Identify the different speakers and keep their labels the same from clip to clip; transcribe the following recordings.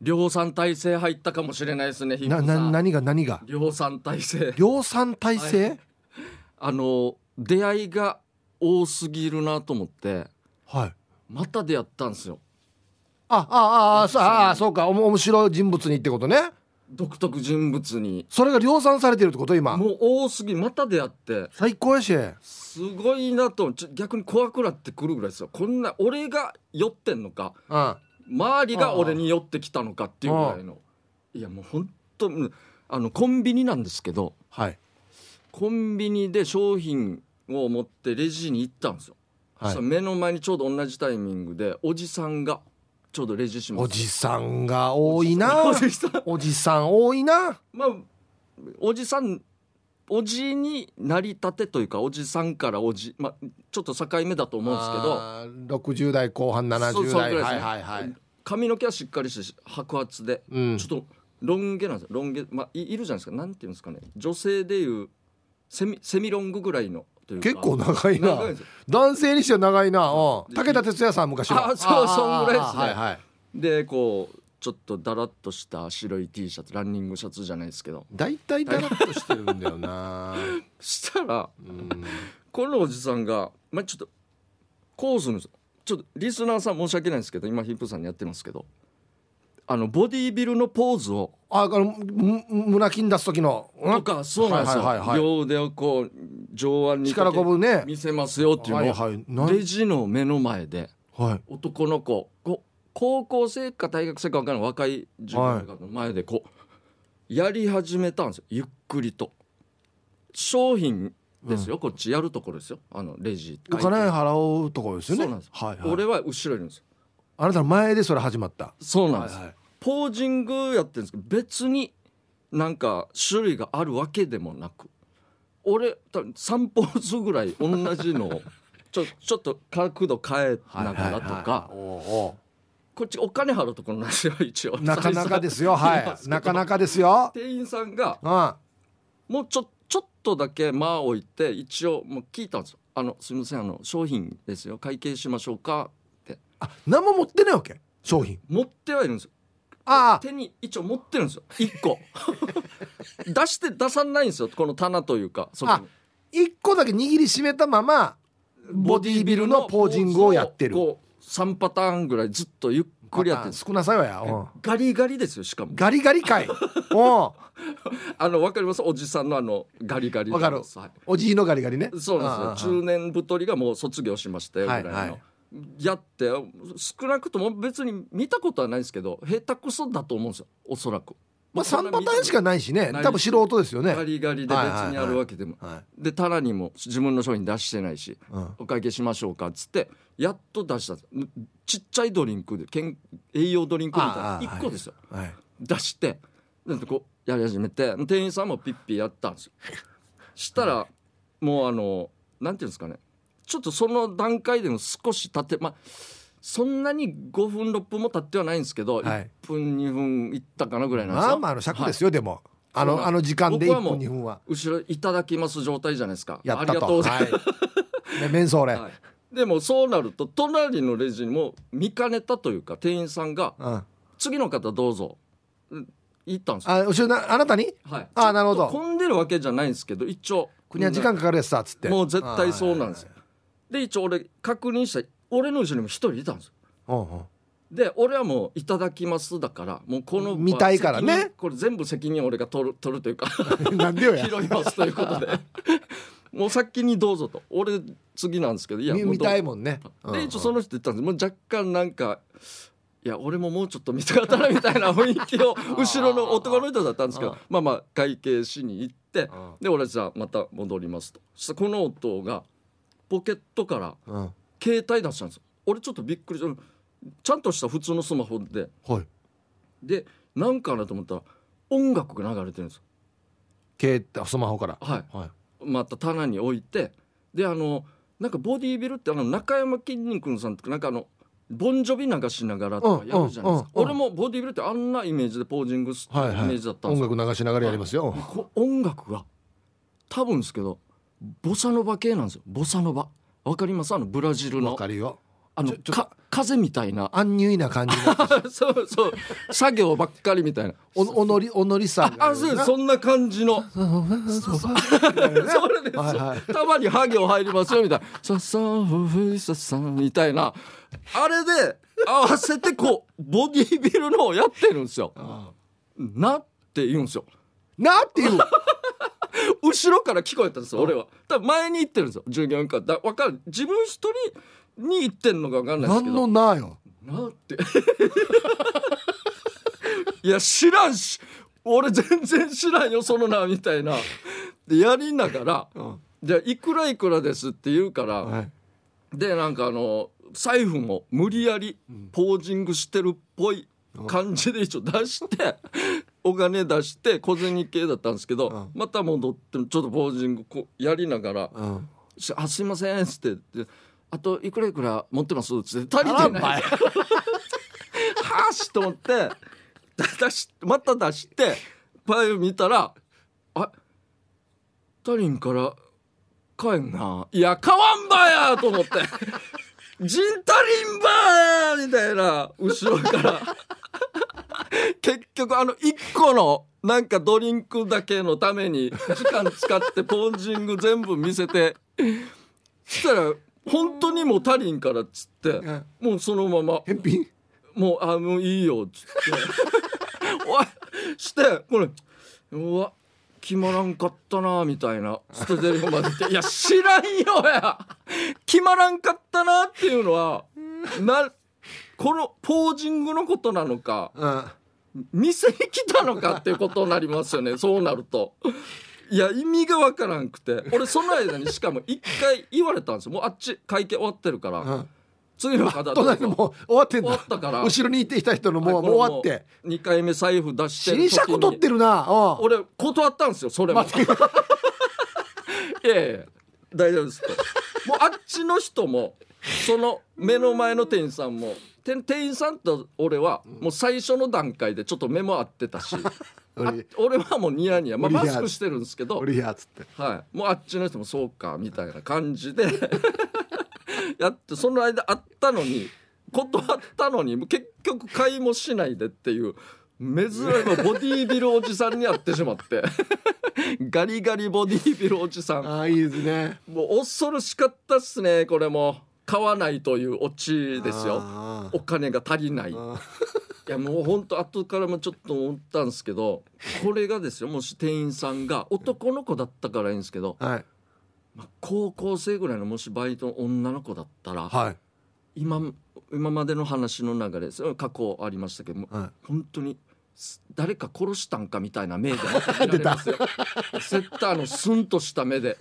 Speaker 1: 量産体制入ったかもしれないですねヒッ
Speaker 2: な
Speaker 1: プ
Speaker 2: な
Speaker 1: さん
Speaker 2: 何が何が
Speaker 1: 量産体制
Speaker 2: 量産体制、
Speaker 1: はあの出会いが多すぎるなと思って
Speaker 2: はい。
Speaker 1: また出会ったんですよ
Speaker 2: あ、あ、あ、あ、そう、あ、そうか、おも、面白い人物にってことね。
Speaker 1: 独特人物に
Speaker 2: それが量産されてるってこと、今。
Speaker 1: もう多すぎまた出会って
Speaker 2: 最高やし。
Speaker 1: すごいなとちょ逆に怖くなってくるぐらいですよこんな俺が酔ってんのか
Speaker 2: うん。
Speaker 1: 周りが俺に寄ってきたのかっていうぐらいのいやもう本当うんあのコンビニなんですけど
Speaker 2: はい。
Speaker 1: コンビニで商品を持ってレジに行ったんですよ、
Speaker 2: は
Speaker 1: そした
Speaker 2: い。
Speaker 1: ら目の前にちょうど同じタイミングでおじさんがちょうどレジします
Speaker 2: おじさんが多いな
Speaker 1: お。じさん
Speaker 2: おじさん多いな。
Speaker 1: まあおじさんおじになりたてというかおじさんからおじ、まあ、ちょっと境目だと思うんですけど
Speaker 2: ど。六十代後半、七
Speaker 1: そう
Speaker 2: 十
Speaker 1: そう
Speaker 2: 代。
Speaker 1: ぐらいです
Speaker 2: は
Speaker 1: ね
Speaker 2: い、はい、はい。
Speaker 1: 髪の毛はしっかりしてし白髪で
Speaker 2: うん
Speaker 1: ち。ょっとロン毛なんですよロン毛、まあ、いいるじゃないですかなんていうんですかね女性でいうセミセミロングぐらいのというか
Speaker 2: 結構長いな
Speaker 1: 長いです。
Speaker 2: 男性にしては長いな。うん。武田鉄矢さん、昔の。
Speaker 1: あそうそんぐらいですね
Speaker 2: はい、はい。
Speaker 1: でこうちょっとだらっとした白い T シャツランニングシャツじゃないですけど
Speaker 2: 大体だらっとしてるんだよな。
Speaker 1: したら
Speaker 2: うん。
Speaker 1: このおじさんが、まあ、ちょっとこうするんですよちょっとリスナーさん申し訳ないんですけど今ヒップさんにやってますけどあのボディービルのポーズを
Speaker 2: あ、あの、む胸筋出す時の。う
Speaker 1: と
Speaker 2: ん
Speaker 1: かそうなんですよ、
Speaker 2: はいはいはいはい
Speaker 1: 両腕をこう上腕にか
Speaker 2: 力
Speaker 1: け
Speaker 2: こぶね。
Speaker 1: 見せますよっていうのを、
Speaker 2: はいはいなん
Speaker 1: レジの目の前で
Speaker 2: はい。
Speaker 1: 男の子こ高校生か大学生か分からない若い自分の前でこうやり始めたんですよゆっくりと商品ですよ、こっちやるところですよあのレジ
Speaker 2: お金払うところですよね。
Speaker 1: そうなんです
Speaker 2: はい、はい。
Speaker 1: 俺は後ろにいるんですよ
Speaker 2: あなたの前でそれ始まった。
Speaker 1: そうなんです、
Speaker 2: はいはい
Speaker 1: ポージングやってるんですけど別になんか種類があるわけでもなく俺多分3ポーズぐらい同じの をちょちょっと角度変えながらとか、
Speaker 2: はいはいはいおう
Speaker 1: こっちお金払うところなんですよ一応
Speaker 2: おうなかなかですよ。
Speaker 1: 財産
Speaker 2: はい。なかな
Speaker 1: か
Speaker 2: かですよ。
Speaker 1: 店員さんが
Speaker 2: あ
Speaker 1: もうちょちょっとだけ間を置いて一応もう聞いたんですよ「あのすみませんあの商品ですよ会計しましょうか」って
Speaker 2: あ、何も持ってないわけ。商品。
Speaker 1: 持ってはいるんですよ
Speaker 2: あ
Speaker 1: 手に一応持ってるんですよ1個 出して出さないんですよこの棚というかそこに
Speaker 2: あ、一個だけ握りしめたまま。ボディービルのポージングをやってる。
Speaker 1: こう3パターンぐらいずっとゆっくりやってるんです
Speaker 2: 少なさよや。うん
Speaker 1: ガリガリですよしかも
Speaker 2: ガリガリかい。おう
Speaker 1: あのわかりますおじさんのあのガリガリ
Speaker 2: わかる
Speaker 1: はい
Speaker 2: おじいのガリガリね。
Speaker 1: そうなんです
Speaker 2: あ
Speaker 1: よ
Speaker 2: ああ
Speaker 1: 中年太りがもう卒業しましたよぐらいの、
Speaker 2: はいはい
Speaker 1: やって少なくとも別に見たことはないですけど下手くそだと思うんですよおそらく
Speaker 2: まあ、三パターンしか
Speaker 1: ね
Speaker 2: ないしね。
Speaker 1: ない
Speaker 2: 多分素人ですよね。
Speaker 1: ガリガリで別にあるわけでも、
Speaker 2: は
Speaker 1: で棚にも自分の商品出してないし
Speaker 2: い。うん。
Speaker 1: お会計しましょうかっつってやっと出したんですちっちゃいドリンクで健栄養ドリンクみたい
Speaker 2: あああ
Speaker 1: な
Speaker 2: あ
Speaker 1: 1個ですよ
Speaker 2: はい。
Speaker 1: 出してなんかこうやり始めて店員さんもピッピやったんですよしたらもうあのなんていうんですかねちょっとその段階でも少し経ってまあそんなに5分6分も経ってはないんですけど、
Speaker 2: はい
Speaker 1: 1分2分いったかなぐらいなんですよ
Speaker 2: まあまあ、あの尺ですよ、でも。あ
Speaker 1: そう
Speaker 2: の、
Speaker 1: なん
Speaker 2: あの時間で一
Speaker 1: 僕はも
Speaker 2: 分
Speaker 1: う
Speaker 2: 二分は。
Speaker 1: 後ろいただきます状態じゃないですか
Speaker 2: やったと。
Speaker 1: ありがとうございます、
Speaker 2: はい。ね、メンソーレ。
Speaker 1: はいでもそうなると隣のレジにも見かねたというか店員さんが
Speaker 2: うん。
Speaker 1: 「次の方どうぞ」うん行ったんですよ。
Speaker 2: あ、後ろな、あなたに。
Speaker 1: はい、
Speaker 2: あーなるほど
Speaker 1: ちょっと混んでるわけじゃないんですけど一応
Speaker 2: 国は時間かかるやつさっつって。
Speaker 1: もう絶対そうなんですよ
Speaker 2: よ。
Speaker 1: で一応俺確認した俺の後ろにも一人いたんですよ
Speaker 2: うんうん。
Speaker 1: で俺はもう「いただきます」だからもうこの
Speaker 2: 見たいからね
Speaker 1: 責任これ全部責任俺が取る取るという か
Speaker 2: なんでよや。
Speaker 1: 拾いますということ でもう先にどうぞと俺次なんですけどいや
Speaker 2: 見
Speaker 1: もう
Speaker 2: 見
Speaker 1: どう
Speaker 2: たいもんね。うんうん
Speaker 1: で一応その人言ったんですもう若干なんかいや俺ももうちょっと見たかったなみたいな雰囲気を後ろの男の人だったんですけ
Speaker 2: あ
Speaker 1: ど
Speaker 2: ー
Speaker 1: まあまあ会計しに行って
Speaker 2: あ
Speaker 1: で俺じゃあまた戻りますとそしたらこの男がポケットから
Speaker 2: うん。は
Speaker 1: 携帯出したんですよ俺ちょっとびっくりしたちゃんとした普通のスマホで
Speaker 2: い。
Speaker 1: でなんかなと思ったら音楽が流れてるんですよ
Speaker 2: 携帯、スマホから。
Speaker 1: はい
Speaker 2: はい。
Speaker 1: また棚に置いてであのなんかボディービルってあの中山きんに君さんとかなんかあのボンジョビ流しながらとかやるじゃないですか、
Speaker 2: うんうんうんうん
Speaker 1: 俺もボディービルってあんなイメージでポージングするイ
Speaker 2: はいはい
Speaker 1: メージだったんですよ、
Speaker 2: 音楽流しながらやりますよ。
Speaker 1: こ音楽が多分ですけどボサノバ系なんですよボサノバわかりますあのブラジル
Speaker 2: わ
Speaker 1: の
Speaker 2: かるよ。
Speaker 1: あの
Speaker 2: ちょちょ
Speaker 1: か風みたいな
Speaker 2: 安入いな感じの
Speaker 1: そうそう作業ばっかりみたいな
Speaker 2: おおのりおのりさん
Speaker 1: あそうそんな感じの
Speaker 2: そ
Speaker 1: それですよ、
Speaker 2: はいはい
Speaker 1: たまにハ行入りますよみ たいな「ささんふふささん」みたいなあれで合わせてこうボディービルのをやってるんですよ。なって言うんですよ
Speaker 2: なっていう
Speaker 1: 後ろから聞こえたんですよ俺は多分前に行ってるんですよ従業員からだわかる自分一人に行ってんのか分かんないですけ
Speaker 2: 何
Speaker 1: ど
Speaker 2: のなよ
Speaker 1: なって いや知らんし俺全然知らんよそのなみたいなでやりながら
Speaker 2: うん
Speaker 1: 「でいくらいくらです」って言うから、
Speaker 2: はい
Speaker 1: でなんかあの財布も無理やりポージングしてるっぽい感じで一応出 して、お金出して小銭系だったんですけど、
Speaker 2: うん
Speaker 1: また戻ってちょっとポージングこうやりながら
Speaker 2: うん
Speaker 1: 「あすいません」っつってであといくらいくら持ってます?」っつって足り
Speaker 2: あら
Speaker 1: て
Speaker 2: ば
Speaker 1: ないいはーしと思って出しまた出してパイを見たら「あタリンから帰んな」「いや買わんばや!」と思って「ジンタリンばー!」みたいな後ろから結局あの1個のなんかドリンクだけのために時間使ってポンジング全部見せてそしたら本当にもうタリンからっつって
Speaker 2: ん
Speaker 1: もうそのまま。
Speaker 2: 返品
Speaker 1: もう、あ、もういいよ、つって。おいして、これ、うわ、決まらんかったな、みたいな、捨て台詞まで言 って。いや、知らんよや決まらんかったなっていうのは、な、このポージングのことなのか、
Speaker 2: うん
Speaker 1: 店に来たのかっていうことになりますよね、そうなると。いや意味がわからんくて俺その間にしかも一回言われたんですよもうあっち会計終わってるから、
Speaker 2: うん
Speaker 1: 次の方どうぞ
Speaker 2: 隣にもう終わってん
Speaker 1: 終わ
Speaker 2: だ
Speaker 1: ったから
Speaker 2: 後ろにいてきた人のもう
Speaker 1: はい
Speaker 2: もう終わって
Speaker 1: これもう2回目財布出して
Speaker 2: 死に尺取ってるなうん
Speaker 1: 俺断ったんですよそれも
Speaker 2: 待って
Speaker 1: いやいや大丈夫ですともうあっちの人もその目の前の店員さんもて店員さんと俺はもう最初の段階でちょっと目も合ってたしあ
Speaker 2: 俺
Speaker 1: 俺はもうニヤニヤ、まあ、
Speaker 2: 俺や
Speaker 1: マスクしてるんですけど
Speaker 2: 俺やっつって
Speaker 1: はい、もうあっちの人もそうかみたいな感じで やってその間あったのに断ったのに結局買いもしないでっていう珍しいボディービルおじさんに会ってしまって ガリガリボディービルおじさん
Speaker 2: ああいいですね
Speaker 1: もう恐ろしかったっすねこれも買わないというオチですよ
Speaker 2: あー
Speaker 1: お金が足りない
Speaker 2: あー
Speaker 1: いやもう本当後からもちょっと思ったんですけどこれがですよもし店員さんが男の子だったからいいんですけど
Speaker 2: はい
Speaker 1: まあ高校生ぐらいのもしバイトの女の子だったら、
Speaker 2: はい
Speaker 1: 今今までの話の流れそれは過去ありましたけども、
Speaker 2: は
Speaker 1: 本当にす誰か殺したんかみたいな目でまた見られます よセッターのスンとした目で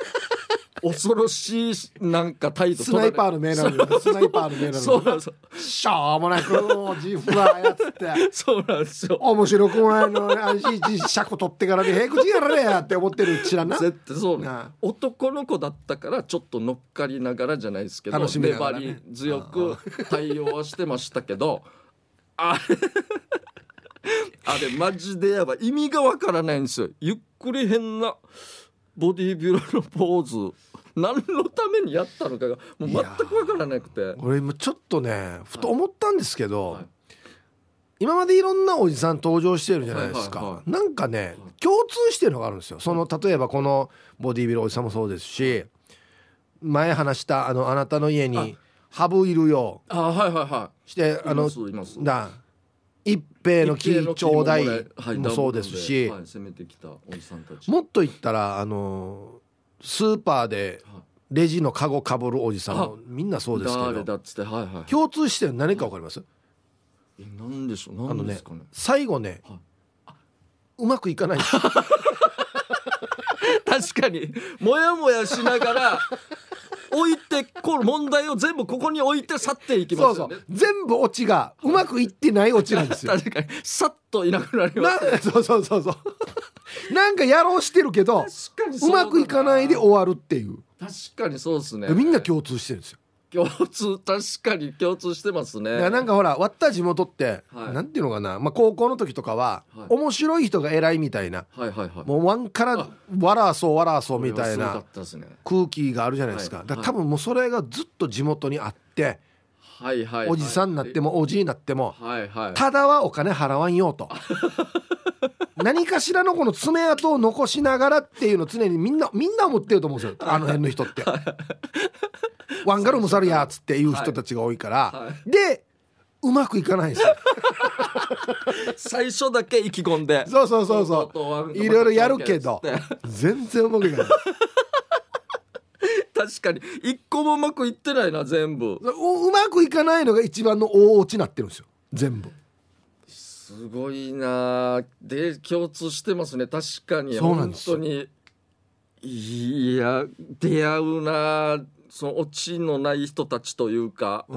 Speaker 1: 恐ろしいなんか態度
Speaker 2: スナイパーの
Speaker 1: 目
Speaker 2: 目なのにスナイパーの目なのに
Speaker 1: そうなんですよ
Speaker 2: しょうもないこのジフはやつって
Speaker 1: そうなんですよ
Speaker 2: 面白くもないのに安心し車庫取ってからにへ口やられやって思ってるうちらな
Speaker 1: 絶対そうね
Speaker 2: なあ
Speaker 1: 男の子だったからちょっと乗っかりながらじゃないですけど、
Speaker 2: 楽しみなが
Speaker 1: 粘
Speaker 2: らね
Speaker 1: り強く対応はしてましたけどあれ あれマジでやばい意味がわからないんですよゆっくり変なボディービルのポーズ何のためにやったのかがもう全くわからなくて
Speaker 2: 俺今ちょっとねふと思ったんですけど、
Speaker 1: はい
Speaker 2: 今までいろんなおじさん登場してるじゃないですか、
Speaker 1: はいはいは
Speaker 2: なんかね共通してるのがあるんですよその例えばこのボディビルおじさんもそうですし前話したあのあなたの家にハブいるよ
Speaker 1: あはいはいは
Speaker 2: して
Speaker 1: い
Speaker 2: あの
Speaker 1: いますいます
Speaker 2: だ一平の
Speaker 1: 一定
Speaker 2: 木
Speaker 1: の
Speaker 2: ちょうだい
Speaker 1: もらえ
Speaker 2: もそうですし、
Speaker 1: はいダブルではい攻めてきたおじさんたち
Speaker 2: もっと言ったらあのスーパーで
Speaker 1: はい
Speaker 2: レジのカゴかぶるおじさんもみんなそうですけ
Speaker 1: 誰だ
Speaker 2: ど
Speaker 1: っつってはいはい
Speaker 2: 共通してるの何かわかります
Speaker 1: えなんでしょう
Speaker 2: あ
Speaker 1: な
Speaker 2: の
Speaker 1: んで
Speaker 2: ね
Speaker 1: すかね
Speaker 2: 最後ね
Speaker 1: はい、
Speaker 2: うまくいかないんですよ
Speaker 1: 確かにもやもやしながら置いてこう問題を全部ここに置いて去っていき
Speaker 2: そ
Speaker 1: ま
Speaker 2: う
Speaker 1: す
Speaker 2: そ
Speaker 1: よね
Speaker 2: う全部オチがうまくいってないオチなんですよ。
Speaker 1: 確かにさっといなくなりま
Speaker 2: な
Speaker 1: す
Speaker 2: そうそうそうそう。なんかやろうしてるけど
Speaker 1: 確かに
Speaker 2: う
Speaker 1: そうだ
Speaker 2: まくいかないで終わるっていう。
Speaker 1: 確かにそうですね
Speaker 2: みんな共通してるんですよ。
Speaker 1: 共通確かに共通してますね
Speaker 2: だからなんかほら割った地元って、
Speaker 1: はい
Speaker 2: なんていうのかな、まあ、高校の時とかは、
Speaker 1: はい
Speaker 2: 面白い人が偉いみたいな
Speaker 1: はいはいはい
Speaker 2: もうワンから笑そう笑そうみたい
Speaker 1: これはすごか
Speaker 2: な
Speaker 1: ったですね
Speaker 2: 空気があるじゃないですか,、
Speaker 1: はい
Speaker 2: だから多分もうそれがずっと地元にあって
Speaker 1: はいはいはい
Speaker 2: おじさんになってもおじいになっても
Speaker 1: はいはい
Speaker 2: ただはお金払わんよ と何かしらのこの爪痕を残しながらっていうのを常にみんなみんな思ってると思うんですよあの辺の人って。 ワンガルムサルやーっつって言う人たちが多いから、
Speaker 1: は
Speaker 2: でうまくいかないんですよ。
Speaker 1: 最初だけ意気込んで
Speaker 2: そうそうそうそう
Speaker 1: そう
Speaker 2: いろいろやるけど
Speaker 1: つって
Speaker 2: 全然うまくいかない。
Speaker 1: 確かに一個もうまくいってないな全部
Speaker 2: ううまくいかないのが一番の大落ちになってるんですよ全部
Speaker 1: すごいなあで共通してますね確かに
Speaker 2: そうなんですよ
Speaker 1: 本当にいや出会うなあその落ちのない人たちというか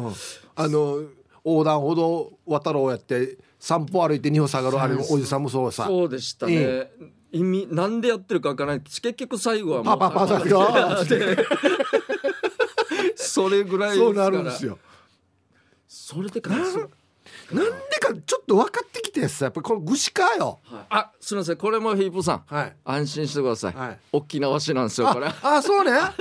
Speaker 2: あの横断歩道渡ろうやって散歩歩いて二歩下がるあれのおじさんもそうさ
Speaker 1: そうでしたね、意味なんでやってるかわからない結局最後はも
Speaker 2: パ
Speaker 1: う
Speaker 2: パパだけど
Speaker 1: それぐらいです
Speaker 2: そ
Speaker 1: か
Speaker 2: う
Speaker 1: ら
Speaker 2: なるんですよ
Speaker 1: それでか そう
Speaker 2: なんでかちょっと分かってきてさやっぱりこの愚痴かよ
Speaker 1: はいあすみませんこれもヒープさん
Speaker 2: はい
Speaker 1: 安心してください、
Speaker 2: はい
Speaker 1: 沖縄市なんですよこれ
Speaker 2: ああそうねあ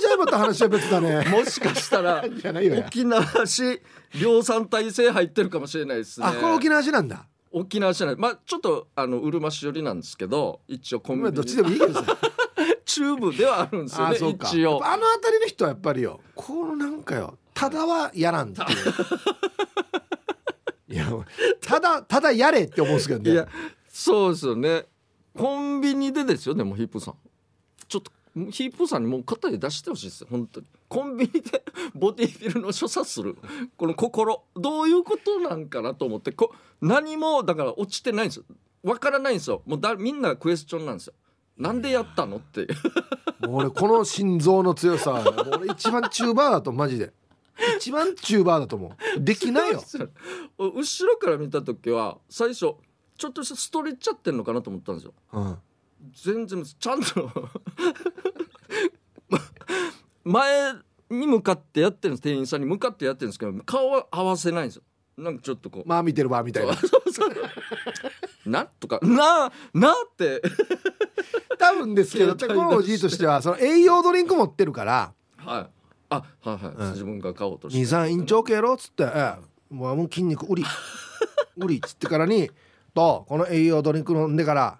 Speaker 2: じゃあまた話は別だ ね
Speaker 1: もしかしたら
Speaker 2: じゃないよや
Speaker 1: 沖縄市量産体制入ってるかもしれないですね
Speaker 2: あこれ沖縄市なんだ
Speaker 1: 沖縄市じゃないまあちょっとあのうるま市寄りなんですけど一応コンビ
Speaker 2: まあ
Speaker 1: ニ
Speaker 2: どっちでもいいけどさ
Speaker 1: 中部ではあるんですよ
Speaker 2: あ
Speaker 1: ね
Speaker 2: そうか
Speaker 1: 一
Speaker 2: やっ
Speaker 1: 応
Speaker 2: ぱあの辺りの人はやっぱりよこのなんかよただはやらん っていういやただただやれって思うんですけど
Speaker 1: い
Speaker 2: ね
Speaker 1: やそうですよねコンビニでですよねもうヒップーさんちょっとヒップーさんにもう肩で出してほしいです本当にコンビニで ボディビルの所作するこの心どういうことなんかなと思ってこ何もだから落ちてないんですよわからないんですよもうだみんなクエスチョンなんですよなんでやったのっていう
Speaker 2: もう俺この心臓の強さはもう俺一番チューバーだとマジで一番チューバーだと思うできないよ
Speaker 1: そうですよ後ろから見た時は最初ちょっとしたストレッチやってんのかなと思ったんですよ
Speaker 2: うん
Speaker 1: 全然ちゃんと 前に向かってやってるんです店員さんに向かってやってるんですけど顔は合わせないんですよなんかちょっとこう
Speaker 2: まあ見てるわみたいな
Speaker 1: 「な」とか「なあ」「なあ」って
Speaker 2: 多分ですけどこのおじいとしてはその栄養ドリンク持ってるから
Speaker 1: はいあはいはい、
Speaker 2: うん
Speaker 1: 自分が買おうとして
Speaker 2: 23インチオーケーろっつって、ええ、もうもう筋肉うりうりっつってからにとこの栄養ドリンク飲んでから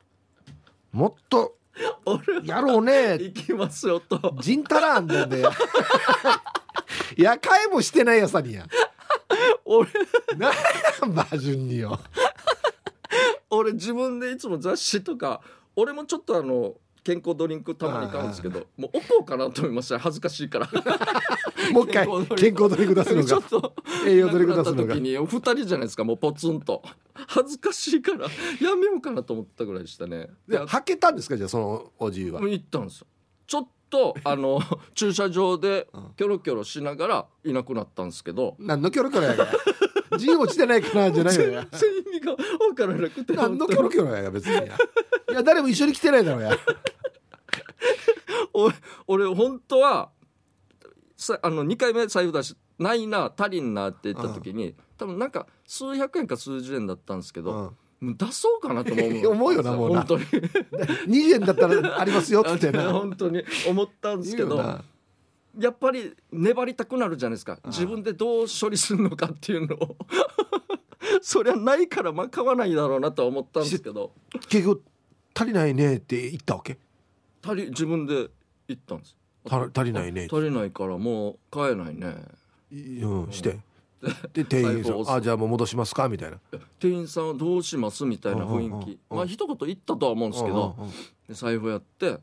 Speaker 2: もっと
Speaker 1: 俺は
Speaker 2: やろうね
Speaker 1: 行きますよと
Speaker 2: ジンタラーンでん でいやかいもしてないやさにや
Speaker 1: 俺
Speaker 2: なんやバージュンによ
Speaker 1: 俺自分でいつも雑誌とか俺もちょっとあの健康ドリンクたまに買うんですけどもう置こうかなと思いました恥ずかしいから
Speaker 2: もう一回健
Speaker 1: 健
Speaker 2: 康ドリンク出す の
Speaker 1: ちょ
Speaker 2: が
Speaker 1: っと
Speaker 2: 栄養ドリンク出す
Speaker 1: な
Speaker 2: の
Speaker 1: くな
Speaker 2: が
Speaker 1: った時にお二人じゃないですかもうポツンと恥ずかしいからやめようかなと思ったぐらいでしたね
Speaker 2: ではけたんですかじゃあそのおじいは
Speaker 1: もう行ったんですよちょっとあの 駐車場で
Speaker 2: うん
Speaker 1: キョロキョロしながらいなくなったんですけど
Speaker 2: 何のキョロキョロやがジン落ちてないかなじゃないよ や
Speaker 1: 全然意味が分からなくて
Speaker 2: 何
Speaker 1: 本
Speaker 2: の
Speaker 1: 当
Speaker 2: キ
Speaker 1: に
Speaker 2: ョロキョロやが別にやいや誰も一緒に来てないだろうや
Speaker 1: お俺本当はさあの2回目財布出しないな足りんなって言った時に、多分なんか数百円か数十円だったんですけど、もう出そうかなとも思う
Speaker 2: 思うよなもうな
Speaker 1: 本当に
Speaker 2: 20円だったらありますよっつってな
Speaker 1: 本当に思ったんですけ
Speaker 2: 言うよ
Speaker 1: ど
Speaker 2: な
Speaker 1: やっぱり粘りたくなるじゃないですか自分でどう処理するのかっていうのを そりゃないからまあ買わないだろうなとは思ったんですけど
Speaker 2: 結局足りないねって言ったわけ
Speaker 1: 足り自分で言ったんです
Speaker 2: 足足りないね
Speaker 1: 足りないからもう買えないね
Speaker 2: うんしてで店員
Speaker 1: 財
Speaker 2: さ
Speaker 1: 布を押す
Speaker 2: ん「あじゃあもう戻しますか」みたいな
Speaker 1: 店員さんはどうしますみたいな雰
Speaker 2: うんうんうん
Speaker 1: 囲気まあ一言言ったとは思うんですけど
Speaker 2: うんうんうん
Speaker 1: で財布やって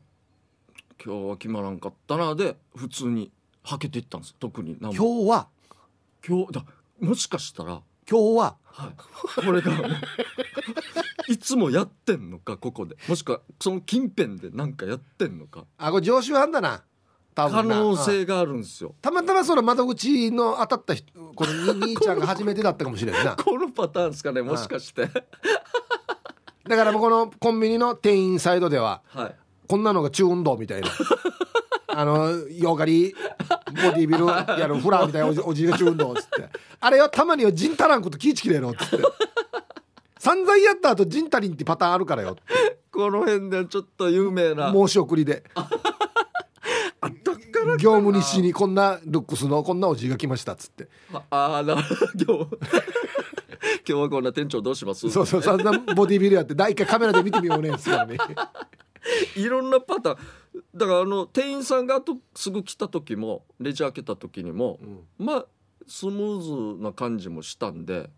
Speaker 1: 「今日は決まらんかったな」で普通にはけていったんです特に何も
Speaker 2: 今日は
Speaker 1: 今日だもしかしたら
Speaker 2: 今日は
Speaker 1: はい、これが いつもやってんのかここでもしくはその近辺で何かやってんのか
Speaker 2: あこれ常習犯だな多
Speaker 1: 可
Speaker 2: 分な
Speaker 1: 能
Speaker 2: うん
Speaker 1: 性があるんですよ
Speaker 2: たまたまその窓口の当たった人このに兄ちゃんが初めてだったかもしれないな
Speaker 1: このパターンですかねもしかして
Speaker 2: だからもうこのコンビニの店員サイドでは
Speaker 1: はい
Speaker 2: こんなのが中運動みたいなあのヨーガリボディビルやるフラーみたいなおじおじいが中運動っつってあれはたまにはジンタランこと気ぃちきれいのっつって散々やった後ジンタリンってパターンあるからよ
Speaker 1: この辺でちょっと有名な
Speaker 2: 申し送りで
Speaker 1: あだから
Speaker 2: 業務にしにこんなルックスのこんなおじが来ましたっつって
Speaker 1: あ あーな今日 今日はこんな店長どうします
Speaker 2: そう そう散々ボディビルやって第一回カメラで見てみようねんっすからね
Speaker 1: いろんなパターンだからあの店員さんがあとすぐ来た時もレジ開けた時にも
Speaker 2: うん
Speaker 1: まあスムーズな感じもしたんで